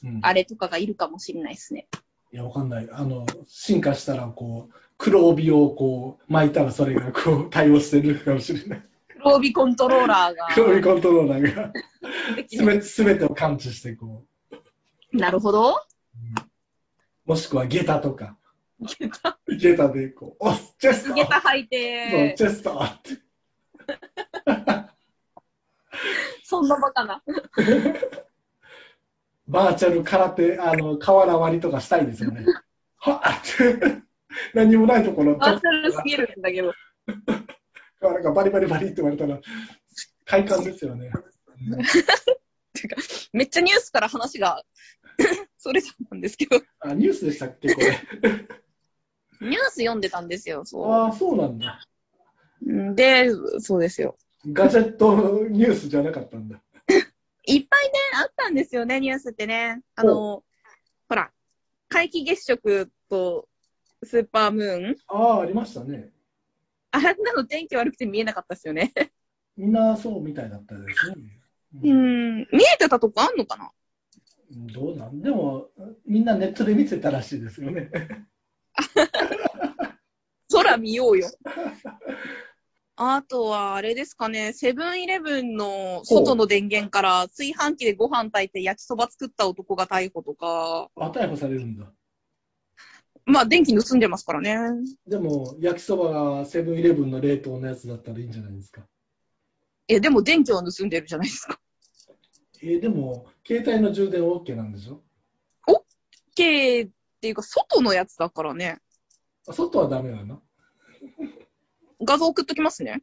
S5: ん
S4: あれとかがいるかもしれないですね。
S5: いや、わかんない。あの、進化したら、こう、黒帯をこう、巻いたらそれがこう、対応してるかもしれない。
S4: 黒帯コントローラーが。
S5: 黒帯コントローラーが、
S4: でき
S5: す
S4: る
S5: べて、すべてを感知して、こ
S4: なるほど。
S5: う、もしくは下駄とか。下駄で、こう、おっ、チェスト
S4: 下駄履い
S5: そう
S4: て、
S5: チェストって。
S4: そんなバカな。
S5: バーチャル空手、あの、瓦割りとかしたいですよね。はっって。 何もないところ、
S4: バーチャルすぎるんだけど。
S5: なんかバリバリバリって言われたら、快感ですよね。
S4: めっちゃニュースから話が それちゃったんですけど、
S5: あ、ニュースでしたっけ、これ。
S4: ニュース読んでたんですよ、そ
S5: ああ、そうなんだ。
S4: う。んで、そうですよ。
S5: ガジェットニュースじゃなかったんだ。
S4: いっぱいね、あったんですよね、ニュースってね。あの、ほら、皆既月食とスーパームーン。
S5: ああ、ありましたね。
S4: あんなの天気悪くて見えなかったですよね。
S5: みんなそうみたいだったですね。
S4: う。ん、見えてたとこあんのかな
S5: どうなんでも、みんなネットで見てたらしいですよね。
S4: 空見ようよ。あとは、あれですかね、セブンイレブンの外の電源から炊飯器でご飯炊いて焼きそば作った男が逮捕とか、
S5: あ、逮捕されるんだ。
S4: まあ電気盗んでますからね。
S5: でも、焼きそばがセブンイレブンの冷凍のやつだったらいいんじゃないですか。
S4: え、でも電気は盗んでるじゃないですか。
S5: えーでも、携帯の充電は OK なんでしょ
S4: OK っていうか、外のやつだからね。
S5: あ外はダメなの
S4: 画像送っときますね。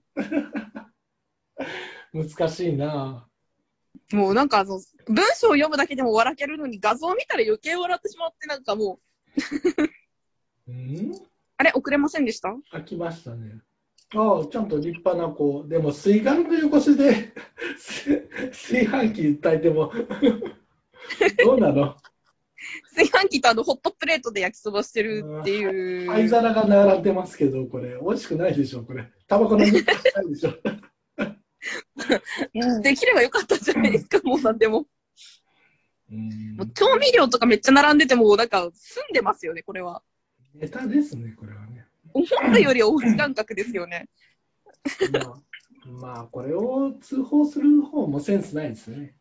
S5: 難しいな
S4: もうなんかあの、文章を読むだけでも笑けるのに画像を見たら余計笑ってしまって、なんかもう、
S5: ぁ。うん
S4: あれ遅れませんでした
S5: 飽きましたね。ああ、ちゃんと立派な子。でも、水岸の横しで 炊飯器炊いて も、どうなの
S4: 炊飯器とあの、ホットプレートで焼きそばしてるっていう。
S5: 灰皿が並んでますけど、これ、美味しくないでしょ、これ。タバコの匂いしないでしょ。
S4: できればよかったんじゃないですか、もうなんでも。
S5: うん
S4: もう調味料とかめっちゃ並んでても、なんか、済んでますよね、これは。
S5: ネタですね、これはね。
S4: 思ったより大き感覚ですよね。
S5: まあ、まあ、これを通報する方もセンスないですね。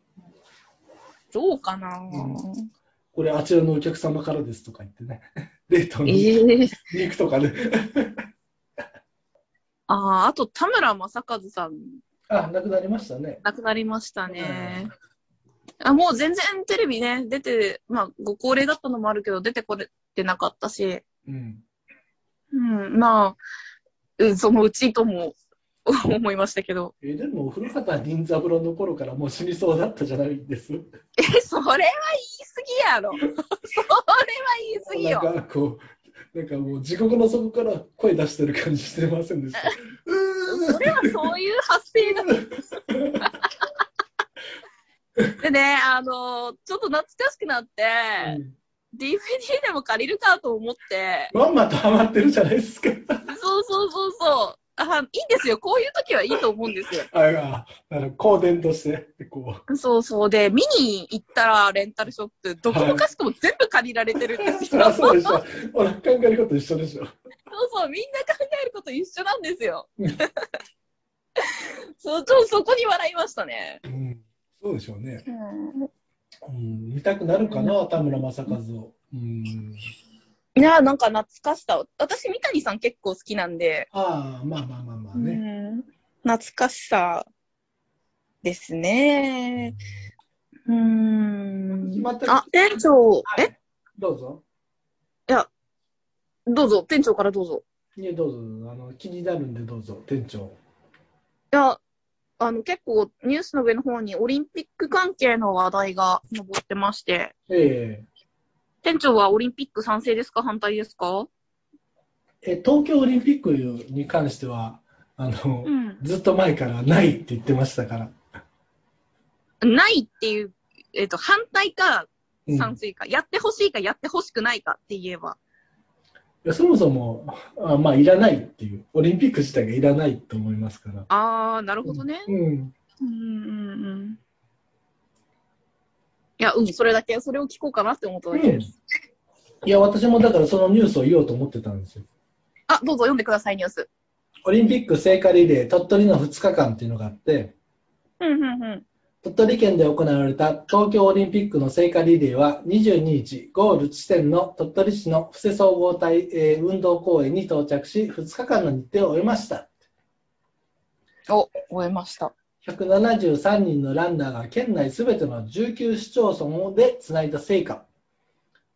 S4: どうかな、
S5: んこれ、あちらのお客様からですとか言ってね。 デートの
S4: ええ
S5: 肉とかね。
S4: ああ、あと、田村正和さん、
S5: あ、なくなりましたね。
S4: 亡くなりましたね。あもう全然テレビね、出て、まあ、ご高齢だったのもあるけど、出てこれてなかったし、
S5: うん。
S4: うん、まあ、うんそのうちとも 思いましたけど。
S5: えでも、古畑任三郎の頃からもう死にそうだったじゃないんです。
S4: え、それは言い過ぎやろ。それは言い過ぎよ。
S5: なんかこう、なんかもう地獄の底から声出してる感じしてませんでした。うー
S4: それはそういう発声だ。でね、あのちょっと懐かしくなって、
S5: ん
S4: DVD でも借りるかと思って、
S5: まんまとハマってるじゃないですか。
S4: そうそうそうそう。あいいんですよ。こういう時はいいと思うんですよ。
S5: ああ、あの、公伝として、こ
S4: そうそう。で、見に行ったらレンタルショップ、どこもかしこも全部借りられてるんで
S5: う。
S4: す
S5: そ
S4: よ。
S5: り ゃ
S4: そ
S5: そううでしょ。ほら、考えること一緒でしょ。
S4: そう、みんな考えること一緒なんですよ
S5: う。
S4: そう、ちょっとそこに笑いましたね。
S5: うん。そうでしょうね。うん、見たくなるかな、田村正和を。うん。
S4: いやーなんか懐かしさ。私、三谷さん結構好きなんで、
S5: ああ、まあまあまあまあ
S4: う
S5: ね。
S4: ん懐かしさですね。うーん
S5: また
S4: あ、店長、え
S5: えどうぞ。
S4: どうぞ、店長からどうぞ。
S5: いえ、どうぞ。あの、気になるんでどうぞ、店長。
S4: いや、あの、結構ニュースの上の方にオリンピック関係の話題が上ってまして、
S5: え
S4: 店長はオリンピック賛成ですか反対ですか
S5: ええ、東京オリンピックに関しては、あの、
S4: うん。
S5: ずっと前からないって言ってましたから。
S4: ないっていう、えっ、と、反対か
S5: うん
S4: 賛成か、やってほしいかやってほしくないかって言えば。
S5: いやそもそもあ、まあ、いらないっていう、オリンピック自体がいらないと思いますから。
S4: あー、なるほどね。
S5: うん、
S4: うんうんうん。いや、うん、それだけ、それを聞こうかなって思っただけです。
S5: いや、私もだからそのニュースを言おうと思ってたんですよ。
S4: あ、どうぞ読んでください、ニュース。
S5: オリンピック聖火リレー鳥取の2日間っていうのがあって、
S4: うんうんうん。
S5: 鳥取県で行われた東京オリンピックの聖火リレーは22日、ゴール地点の鳥取市の布施総合体、えー運動公園に到着し、2日間の日程を終えました。
S4: お、終えました。
S5: 173人のランナーが県内すべての19市町村でつないだ成果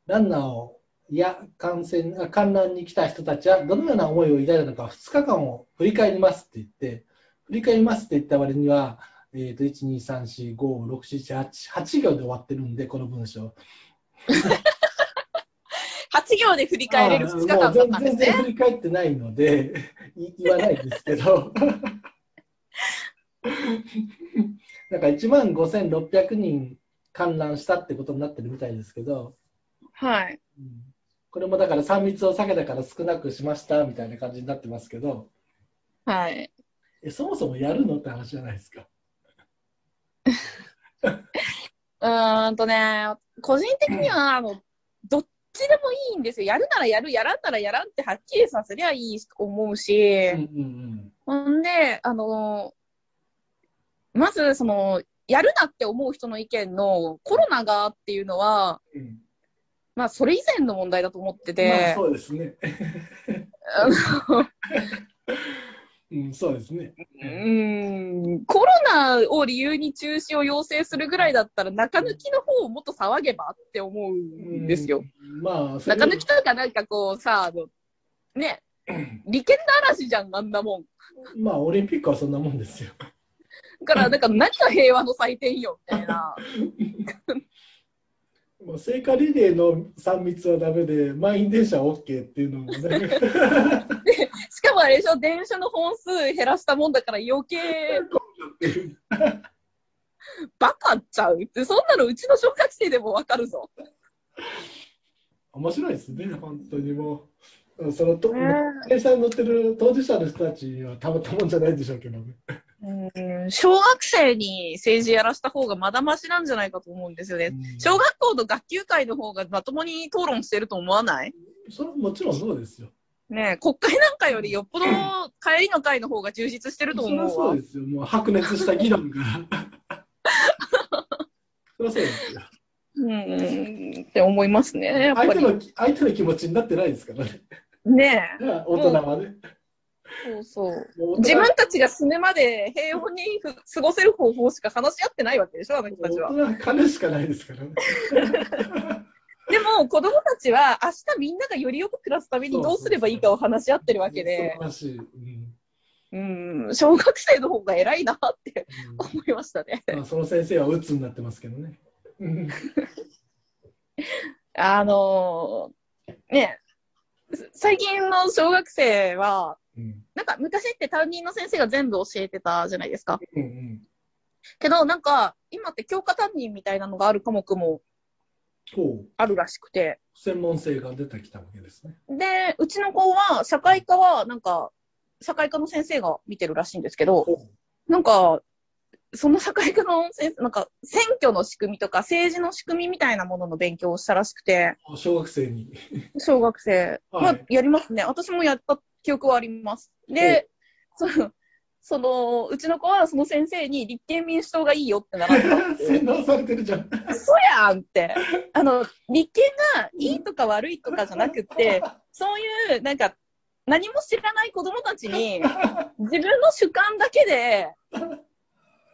S5: ランナーをや観戦あ観覧に来た人たちはどのような思いを抱いたのか2日間を振り返りますって言って振り返りますって言った割には、えー、と1 2 3 4 5 6 7 8 8行で終わってるんでこの文章
S4: 8行で振り返れる
S5: あー
S4: 2日間だったん
S5: もう
S4: です
S5: 全然
S4: ね。
S5: 振り返ってないのでい言わないですけ どなんか1万5600人観覧したってことになってるみたいですけど、
S4: はい。
S5: うんこれもだから3密を避けたから少なくしましたみたいな感じになってますけど
S4: はい。
S5: えそもそもやるのって話じゃないですか
S4: うーんとね、個人的には、あの、どっちでもいいんですよ。やるならやる、やらんならやらんってはっきりさせりゃいいと思うし、
S5: うんうん
S4: ほんで、あの、まず、その、やるなって思う人の意見のコロナがっていうのは、
S5: うんうん。
S4: まあ、それ以前の問題だと思って
S5: まあ
S4: て、
S5: そうですね。
S4: あの
S5: うん、そうですね。
S4: うーんコロナを理由に中止を要請するぐらいだったら、中抜きの方をもっと騒げばって思うんですよ。
S5: うん。まあ、それ
S4: 中抜きとかなんかこうさ、あのね、利権の嵐じゃん、あんなもん。
S5: まあ、オリンピックはそんなもんですよ。
S4: だから、なんか何が平和の祭典よ、みたい な。
S5: もう聖火リレーの3密はダメで、満員電車は OK っていうのもね、
S4: しかもあれでしょ、電車の本数減らしたもんだから余計 バカっちゃうって、そんなのうちの小学生でもわかるぞ。
S5: 面白いですね、本当にもう。そのと電車に乗ってる当事者の人たちはたまったもんじゃないでしょうけどね。
S4: うん小学生に政治やらした方がまだましなんじゃないかと思うんですよね。
S5: うん
S4: 小学校の学級会の方がまともに討論してると思わない
S5: それはもちろんそうですよ。
S4: ねえ、国会なんかよりよっぽど帰りの会の方が充実してると
S5: そりゃ
S4: 思う
S5: そ
S4: わ
S5: う。ですよ、もう白熱した議論が。 そりゃそうですよ。
S4: うん、って思いますね、やっぱ
S5: 相手
S4: り。
S5: の相手の気持ちになってないですからね、
S4: ね
S5: 大人はね。
S4: え、そうそう。
S5: もう大
S4: 自
S5: 人は
S4: 分たちが死ぬまで平穏にふ過ごせる方法しか話し合ってないわけでしょ、あの人たちは
S5: 大。人は金しかないですからね。
S4: でも、子供たちは明日みんながよりよく暮らすためにどうすればいいかを話し合ってるわけで
S5: 素晴、らしい。うん
S4: うん、小学生の方が偉いなって
S5: うん
S4: 思いましたね。
S5: まあ、その先生は鬱になってますけどね。うん
S4: あのーねえ、す最近の小学生は、
S5: うん
S4: なんか昔って担任の先生が全部教えてたじゃないですか。
S5: うん
S4: けどなんか今って教科担任みたいなのがある科目も
S5: ほう
S4: あるらしくて。
S5: 専門性が出てきたわけですね。
S4: で、うちの子は社会科はなんか社会科の先生が見てるらしいんですけど、
S5: ほ
S4: なんかその社会科の先生、なんか選挙の仕組みとか政治の仕組みみたいなものの勉強をしたらしくて、
S5: う小学生に。
S4: 小学生
S5: はい
S4: はやりますね。私もやった記憶はあります。で、その、その、うちの子はその先生に立憲民主党がいいよって習った。
S5: 洗脳されてるじゃん。
S4: 嘘やんって。あの、立憲がいいとか悪いとかじゃなくって、そういう、なんか、何も知らない子供たちに、自分の主観だけで、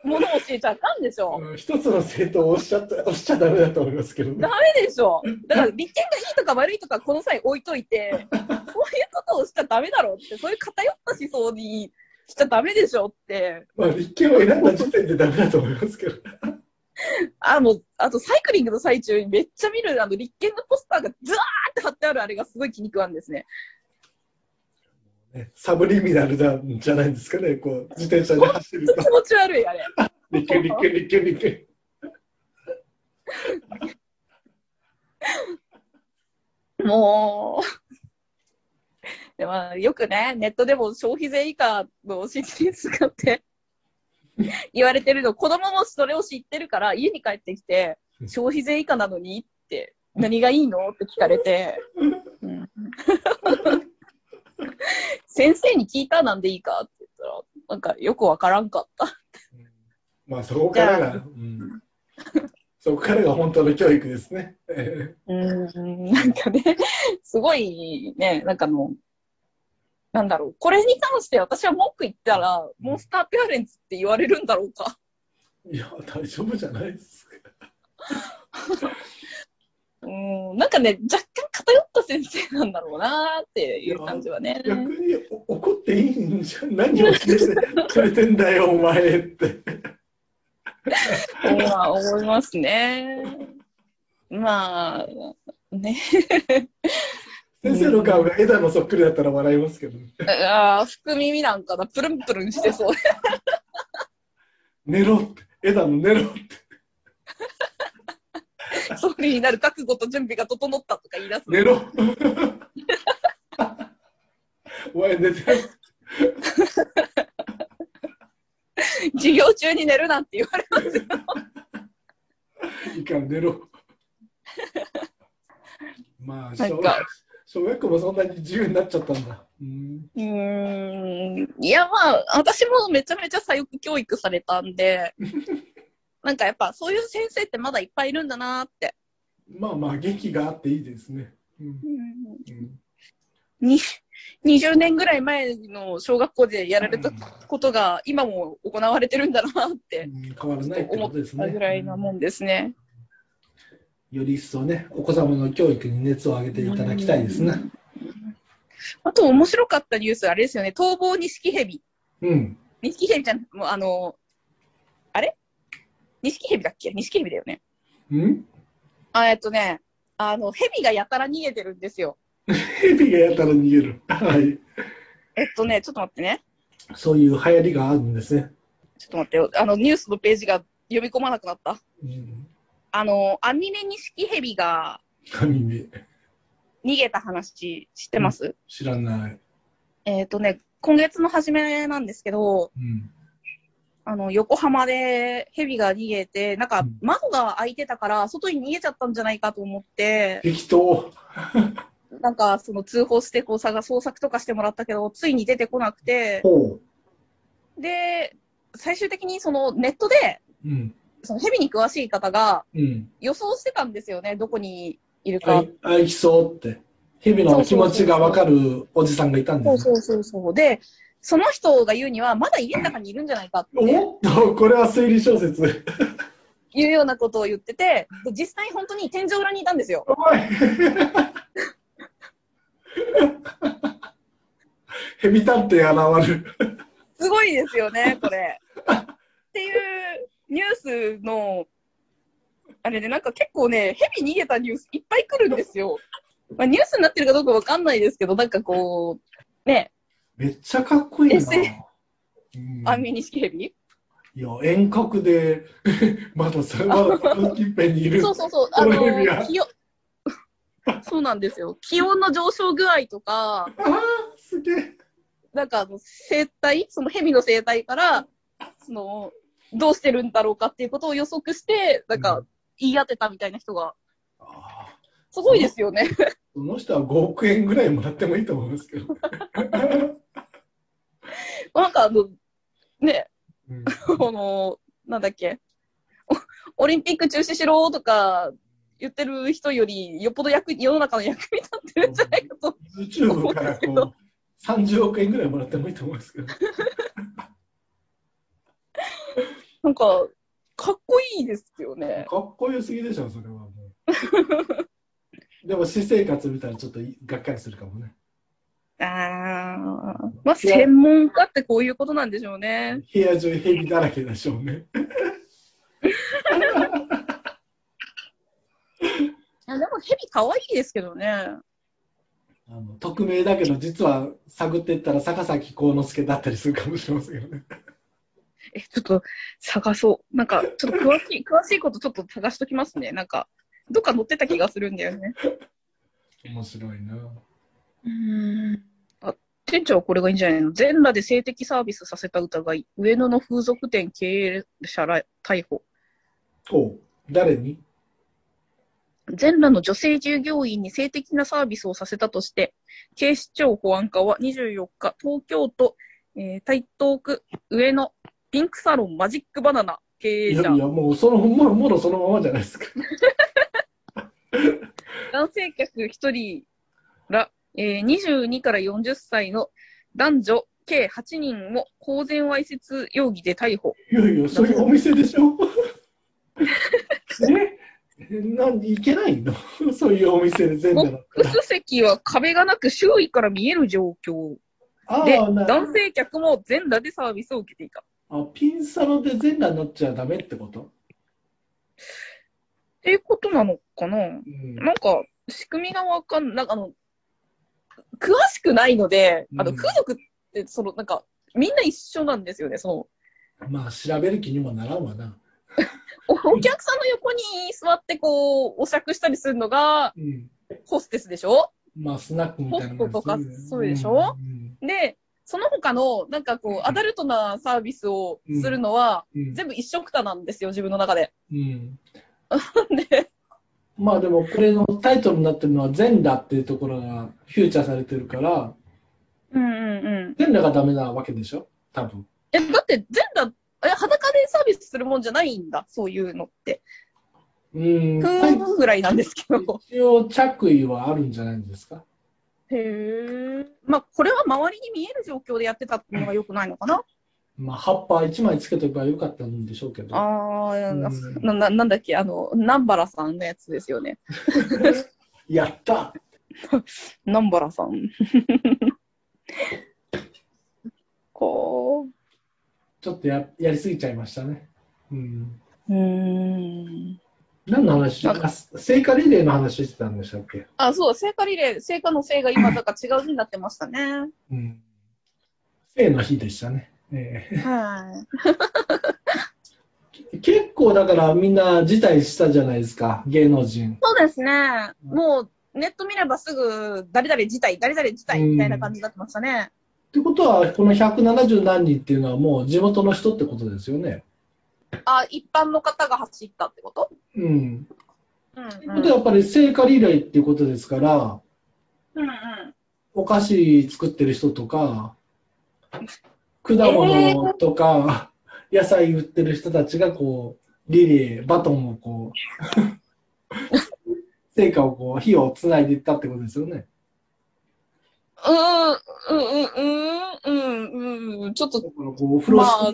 S4: ものを教えちゃったんでしょ。
S5: うん一つの政党を押しちゃった押しちゃダメだと思いますけどね
S4: ダ。メでしょ。だから、立憲がいいとか悪いとか、この際置いといて、そういうことをしちゃダメだろうって、そういう偏った思想にしちゃダメでしょって。
S5: まあ、立憲を選んだ時点でダメだと思いますけど。
S4: あの、あと、サイクリングの最中にめっちゃ見る、あの、立憲のポスターがズワーって貼ってあるあれがすごい気に食わんですね。
S5: ねサブリミナルなんじゃないですかね。こう、自転車で走る
S4: ちょっと
S5: と。
S4: 気持ち悪い、あれ。
S5: 立憲、立憲、立憲、立憲。
S4: もう。 でも、よくね、ネットでも消費税以下の支持率がって 言われてるの、子供もそれを知ってるから、家に帰ってきて、消費税以下なのにって、何がいいのって聞かれて、うん 先生に聞いたなんでいいかって言ったら、なんかよくわからんかった。
S5: まあ、そこから
S4: じ
S5: が、うん、そこからが本当の教育ですね。え
S4: うん、なんかね、 すごいね、なんかあの、なんだろう、これに関して私は文句言ったら、モンスターペアレンツって言われるんだろうか。
S5: ーいや、大丈夫じゃないですか。
S4: うん、なんかね、若干偏った先生なんだろうなーっていう感じはね。
S5: 逆にお怒っていいんじゃん何を教えてくれてんだ よ、お前って。
S4: まあ、思いますね。まあ、ね。
S5: 先生の顔が枝のそっくりだったら笑いますけど、ね、
S4: ああ、福耳なんかな、プルンプルンしてそう。
S5: 寝ろって、枝の寝ろって。
S4: 総理になる覚悟と準備が整ったとか言い出す。
S5: 寝ろお前寝てろ
S4: 授業中に寝るなんて言われますよ。
S5: いかん、寝ろ。まあ、
S4: なん
S5: 小
S4: か
S5: 学小学校もそんなに自由になっちゃったんだ。うん、
S4: うーんいやまあ、私もめちゃめちゃ左翼教育されたんで、 なんかやっぱそういう先生ってまだいっぱいいるんだなーって。
S5: まあまあ、元気があっていいですね。うんうん
S4: に20年ぐらい前の小学校でやられたことが今も行われてるんだなーっ
S5: う
S4: て
S5: ん変わらないって
S4: 思
S5: こ
S4: っ
S5: とです
S4: た
S5: ね。
S4: ぐらいなもんですね。
S5: より一層ね、お子様の教育に熱を上げていただきたいですね。
S4: あと面白かったニュース、あれですよね、逃亡ニシキヘビ。
S5: うん。
S4: ニシキヘビじゃん、もうあの、あれニシキヘビだっけニシキヘビだよね。
S5: うん
S4: あ、えっとね、あの、ヘビがやたら逃げてるんですよ。
S5: ヘビがやったら逃げる。 はい。
S4: えっとね、ちょっと待ってね。
S5: そういう流行りがあるんですね。
S4: ちょっと待ってよ。あの、ニュースのページが読み込まなくなった。
S5: うん。
S4: あの、アミメニシキヘビが
S5: 神に
S4: 逃げた話知ってます、
S5: 知らない。
S4: えっ、とね、今月の初めなんですけど、
S5: うん。
S4: あの、横浜でヘビが逃げて、なん
S5: う
S4: か
S5: ん
S4: 窓が開いてたから、外に逃げちゃったんじゃないかと思って、
S5: 適当。
S4: なんかその通報してこう探捜索とかしてもらったけど、ついに出てこなくて、
S5: ほ
S4: で、最終的にそのネットで、
S5: う。うん。
S4: そのヘビに詳しい方が
S5: うん。
S4: 予想してたんですよね、どこにいるか。
S5: あい愛きそうって。ヘビの気持ちがわかるおじさんがいた
S4: そ
S5: んで
S4: う
S5: すね。
S4: そうそうそう。で、その人が言うには、まだ家の中にいるんじゃないかって
S5: おっと、これは推理小説。
S4: いうようなことを言ってて、で実際本当に天井裏にいたんですよ。
S5: おい ヘビ探偵現る。
S4: すごいですよね、これ。っていうニュースの、あれで、なんか結構ね、ヘビ逃げたニュースいっぱい来るんですよ。まあ、ニュースになってるかどうかわかんないですけど、なんかこう、ね、
S5: めっちゃかっこいいな
S4: SF。
S5: うん
S4: アンミニシキヘビ、
S5: いや、遠隔で、 まださ、まだ、近辺にいる。
S4: そうそう そう、あ
S5: このヘビは
S4: の、気温、そうなんですよ。気温の上昇具合とか、
S5: ああ、すげえ。
S4: なんかあの生態、そのヘビの生態から、その、どうしてるんだろうかっていうことを予測して、なん
S5: う
S4: か言い当てたみたいな人が、
S5: ああ
S4: すごいですよ ね。
S5: その人は5億円ぐらいもらってもいいと思いま すけど。
S4: なんかあの、ね、
S5: うん
S4: あの、なんだっけ、おオリンピック中止しろとか言ってる人より、よっぽど役に世の中の役に立ってるんじゃないかと。
S5: YouTube からこう、30億円ぐらいもらってもいいと思いますけど。
S4: なんか、かっこいいですよね。
S5: かっこよすぎでしょ、それはもう。でも、私生活見たらちょっとがっかりするかもね。
S4: あーまあ、専門家ってこういうことなんでしょうね。
S5: 部屋中ヘビだらけでしょうね。
S4: いやでも、ヘビ可愛いですけどね。
S5: あの匿名だけど、実は探っていったら坂崎幸之助だったりするかもしれませんけどね。
S4: え、ちょっと探そう。なんか、ちょっと詳しい、 詳しいことちょっと探しときますね。なんか、どっか載ってた気がするんだよね。
S5: 面白いな。
S4: うん。あ、店長はこれがいいんじゃないの全裸で性的サービスさせた疑い。上野の風俗店経営者ら逮捕。
S5: お誰に
S4: 全裸の女性従業員に性的なサービスをさせたとして、警視庁保安課は24日、東京都、えー台東区上野ピンクサロンマジックバナナ経
S5: い
S4: 営
S5: や
S4: 者
S5: い、や、もうそのもろもろそのままじゃないですか。
S4: 男性客1人ら、えー22から40歳の男女計8人を公然わいせつ容疑で逮捕。
S5: いやいや、そういうお店でしょ。 えなんいけないのそういうお店で全
S4: ボ
S5: 部
S4: ッ
S5: だった
S4: ク
S5: ら。
S4: ス席は壁がなく周囲から見える状況
S5: あ
S4: で、
S5: あ、な
S4: 男性客も全裸でサービスを受けていた。
S5: あ、ピンサロで全裸になっちゃダメってこと
S4: っていうことなのかな
S5: うん。
S4: なんか、仕組みがわかんなんかあの、詳しくないので、あの、
S5: うん
S4: 風俗って、その、なんか、みんな一緒なんですよね。そ
S5: まあ、調べる気にもならんわな。
S4: の、おお客さんの横に座って、こう、お酌したりするのが、
S5: うん。
S4: ホステスでしょ
S5: まあ、スナックみたいなも
S4: ホ
S5: ん
S4: ストとか
S5: するよね
S4: そうでしょ
S5: うん
S4: で、その他の、なんかこう、アダルトなサービスをするのは、
S5: うん
S4: 全部一緒くたなんですよ、自分の中で。
S5: うん
S4: で、
S5: まあでもこれのタイトルになってるのは全裸っていうところがフューチャーされてるから
S4: うんうんうん。
S5: 全裸がダメなわけでしょ多分
S4: え、だって全裸、え、裸でサービスするもんじゃないんだ、そういうのって。
S5: うん
S4: ふーんぐらいなんですけど。
S5: 一応着衣はあるんじゃないんですか
S4: へえ。まあ、これは周りに見える状況でやってたっていうのが良くないのかな。
S5: まあ葉っぱ一枚つけとけばよかったんでしょうけど
S4: ああ、
S5: うん
S4: な、ななんだっけ、あの、南原さんのやつですよね。
S5: やった
S4: 南原さん。 こ
S5: ちょっとややりすぎちゃいましたねうん
S4: う。うーん。
S5: 何の話
S4: なんか
S5: あ聖火リレーの話してたんでしたっけ
S4: あ、そう、聖火リレー、聖火の聖が今、だから違う日になってましたね。
S5: うん生の日でしたねええ
S4: はい。
S5: 結構だからみんな辞退したじゃないですか、芸能人。
S4: そうですね。もう、ネット見ればすぐ、誰々自体、誰々自体みたいな感じになってましたね。
S5: ってことは、この170何人っていうのはもう地元の人ってことですよね。
S4: あ、一般の方が走ったってこと
S5: うん。
S4: うん、う
S5: あとやっぱり聖火リレーっていうことですから、
S4: うん
S5: お菓子作ってる人とか、果物とか、野菜売ってる人たちがこう、リレー、バトンをこう、 聖火をこう、火をつないでいったってことですよね。
S4: うん、うん、うん、うん、ちょっと
S5: だからこう、風呂敷
S4: まあ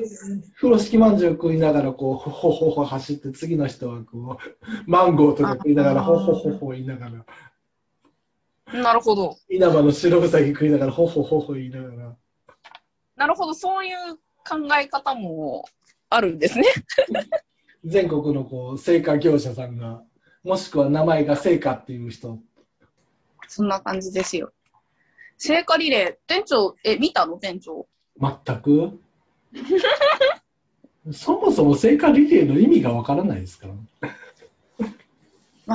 S5: 風呂敷まんじゅう食いながら、こう、ほほほほ走って、次の人はこう、マンゴーとか食いながら、
S4: あー
S5: ほほほほ言いながら、
S4: なるほど。
S5: 稲葉の白ウサギ食いながら、ほほほほ言いながら。
S4: なるほど。そういう考え方もあるんですね。
S5: 全国のこう、製菓業者さんが、もしくは名前が製菓っていう人。
S4: そんな感じですよ。聖火リレー、店長、え、見たの店長。
S5: 全 くそもそも聖火リレーの意味がわからないですから。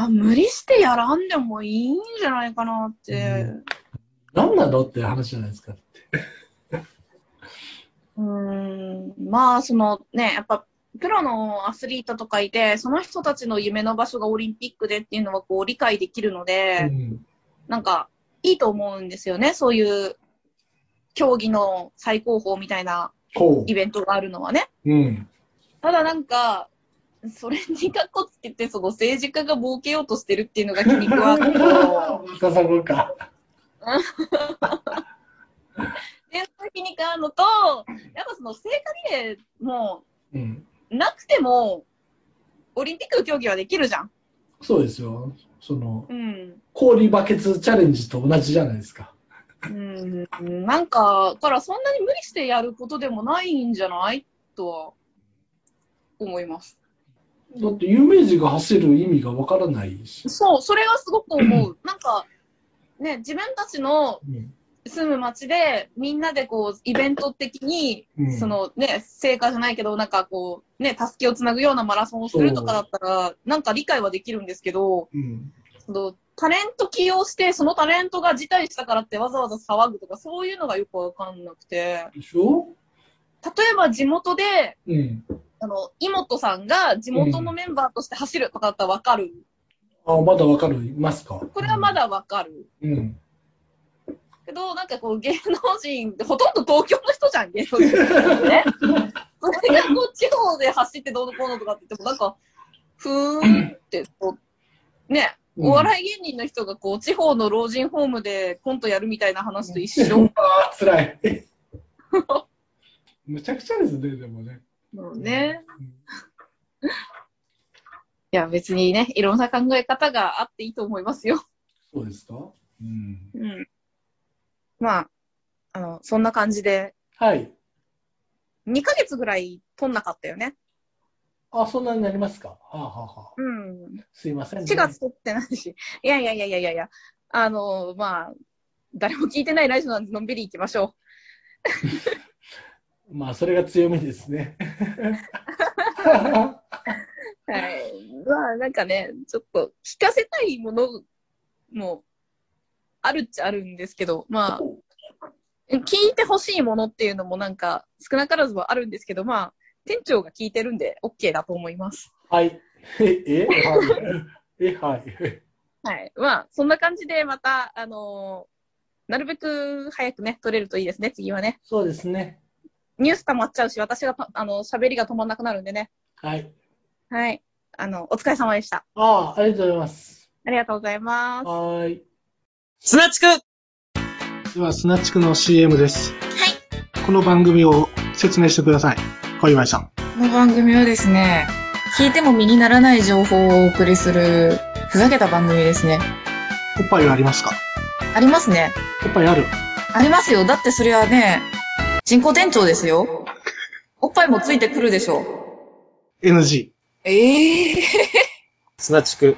S4: あ、無理してやらんでもいいんじゃないかなって。
S5: 何なのって話じゃないですか。
S4: うーん、まあ、そのね、やっぱ、プロのアスリートとかいて、その人たちの夢の場所がオリンピックでっていうのはこう理解できるので、
S5: うん
S4: なんか、いいと思うんですよね。そういう、競技の最高峰みたいな
S5: こ
S4: イベントがあるのはね。
S5: う。うん。
S4: ただなんか、それにかっこつけて、その政治家が儲けようとしてるっていうのが気に食わんと、
S5: 若さごか。
S4: で、それ気に食わんのと、やっぱその聖火リレーも、
S5: うん。
S4: なくても、オリンピックの競技はできるじゃん。
S5: そうですよ。その、
S4: うん。
S5: 氷バケツチャレンジと同じじゃないですか。
S4: うん。なんか、だからそんなに無理してやることでもないんじゃないとは、思います。
S5: だって有名人が走る意味がわからないし。
S4: そう、それがすごく思 う。なんか、ね、自分たちの住む町で、みんなでこう、イベント的に、
S5: うん
S4: そのね、成果じゃないけど、なんかこう、ね、助けをつなぐようなマラソンをするとかだったら、なんか理解はできるんですけど、
S5: うん。
S4: その、タレント起用して、そのタレントが辞退したからってわざわざ騒ぐとか、そういうのがよくわかんなくて、
S5: でしょ
S4: 例えば地元で、
S5: うん。
S4: あの、妹さんが地元のメンバーとして走るとかだったらわかる。
S5: あ、まだわかるますか
S4: これはま。だわかる。
S5: うん。
S4: けど、なんかこう、芸能人ってほとんど東京の人じゃん、芸能人ってね。それがこう、地方で走ってどうのこうのとかって言っても、なんか、ふーんって、こう、ね、
S5: うん
S4: お笑い芸人の人がこう、地方の老人ホームでコントやるみたいな話と一緒
S5: あ、つらい。 むちゃくちゃですね、でもね。
S4: なのね。いや、別にね、いろんな考え方があっていいと思いますよ。
S5: そうですかうん。
S4: うん。まあ、あの、そんな感じで、
S5: はい。
S4: 2ヶ月ぐらい撮んなかったよね。
S5: あ、そんなになりますかはあ、はあはあ、
S4: うん。
S5: すいません、ね。
S4: 4月撮ってないし、いやいやいやいやいやいや、あの、まあ、誰も聞いてないラジオなんでのんびり行きましょ
S5: まあ、それが強みです ね。
S4: う。はい。まあ、なんかね、ちょっと聞かせたいものもあるっちゃあるんですけど、まあ、え聞いてほしいものっていうのもなんか少なからずはあるんですけど、まあ、店長が聞いてるんで OK だと思います。
S5: はい。え、え、 はい。え、はい。
S4: はい。まあ、そんな感じでまた、あのーなるべく早くね、取れるといいですね、次はね。
S5: そうですね。
S4: ニュース溜まっちゃうし、私がパ、あの、喋りが止まんなくなるんでね。
S5: はい。
S4: はい。あの、お疲れ様でした。
S5: ああ、ありがとうございます。
S4: ありがとうございます。
S5: はーい。
S1: すなちく
S2: では、スナッチクの CM です。この番組を説明してください。小岩井さん。
S3: この番組はですね、聞いても身にならない情報をお送りする、ふざけた番組ですね。
S2: おっぱいはありますか
S3: ありますね。
S2: おっぱいある
S3: ありますよ。だってそれはね、人工店長ですよ。おっぱいもついてくるでしょう。
S2: ?NG。
S3: ええ
S1: すなちく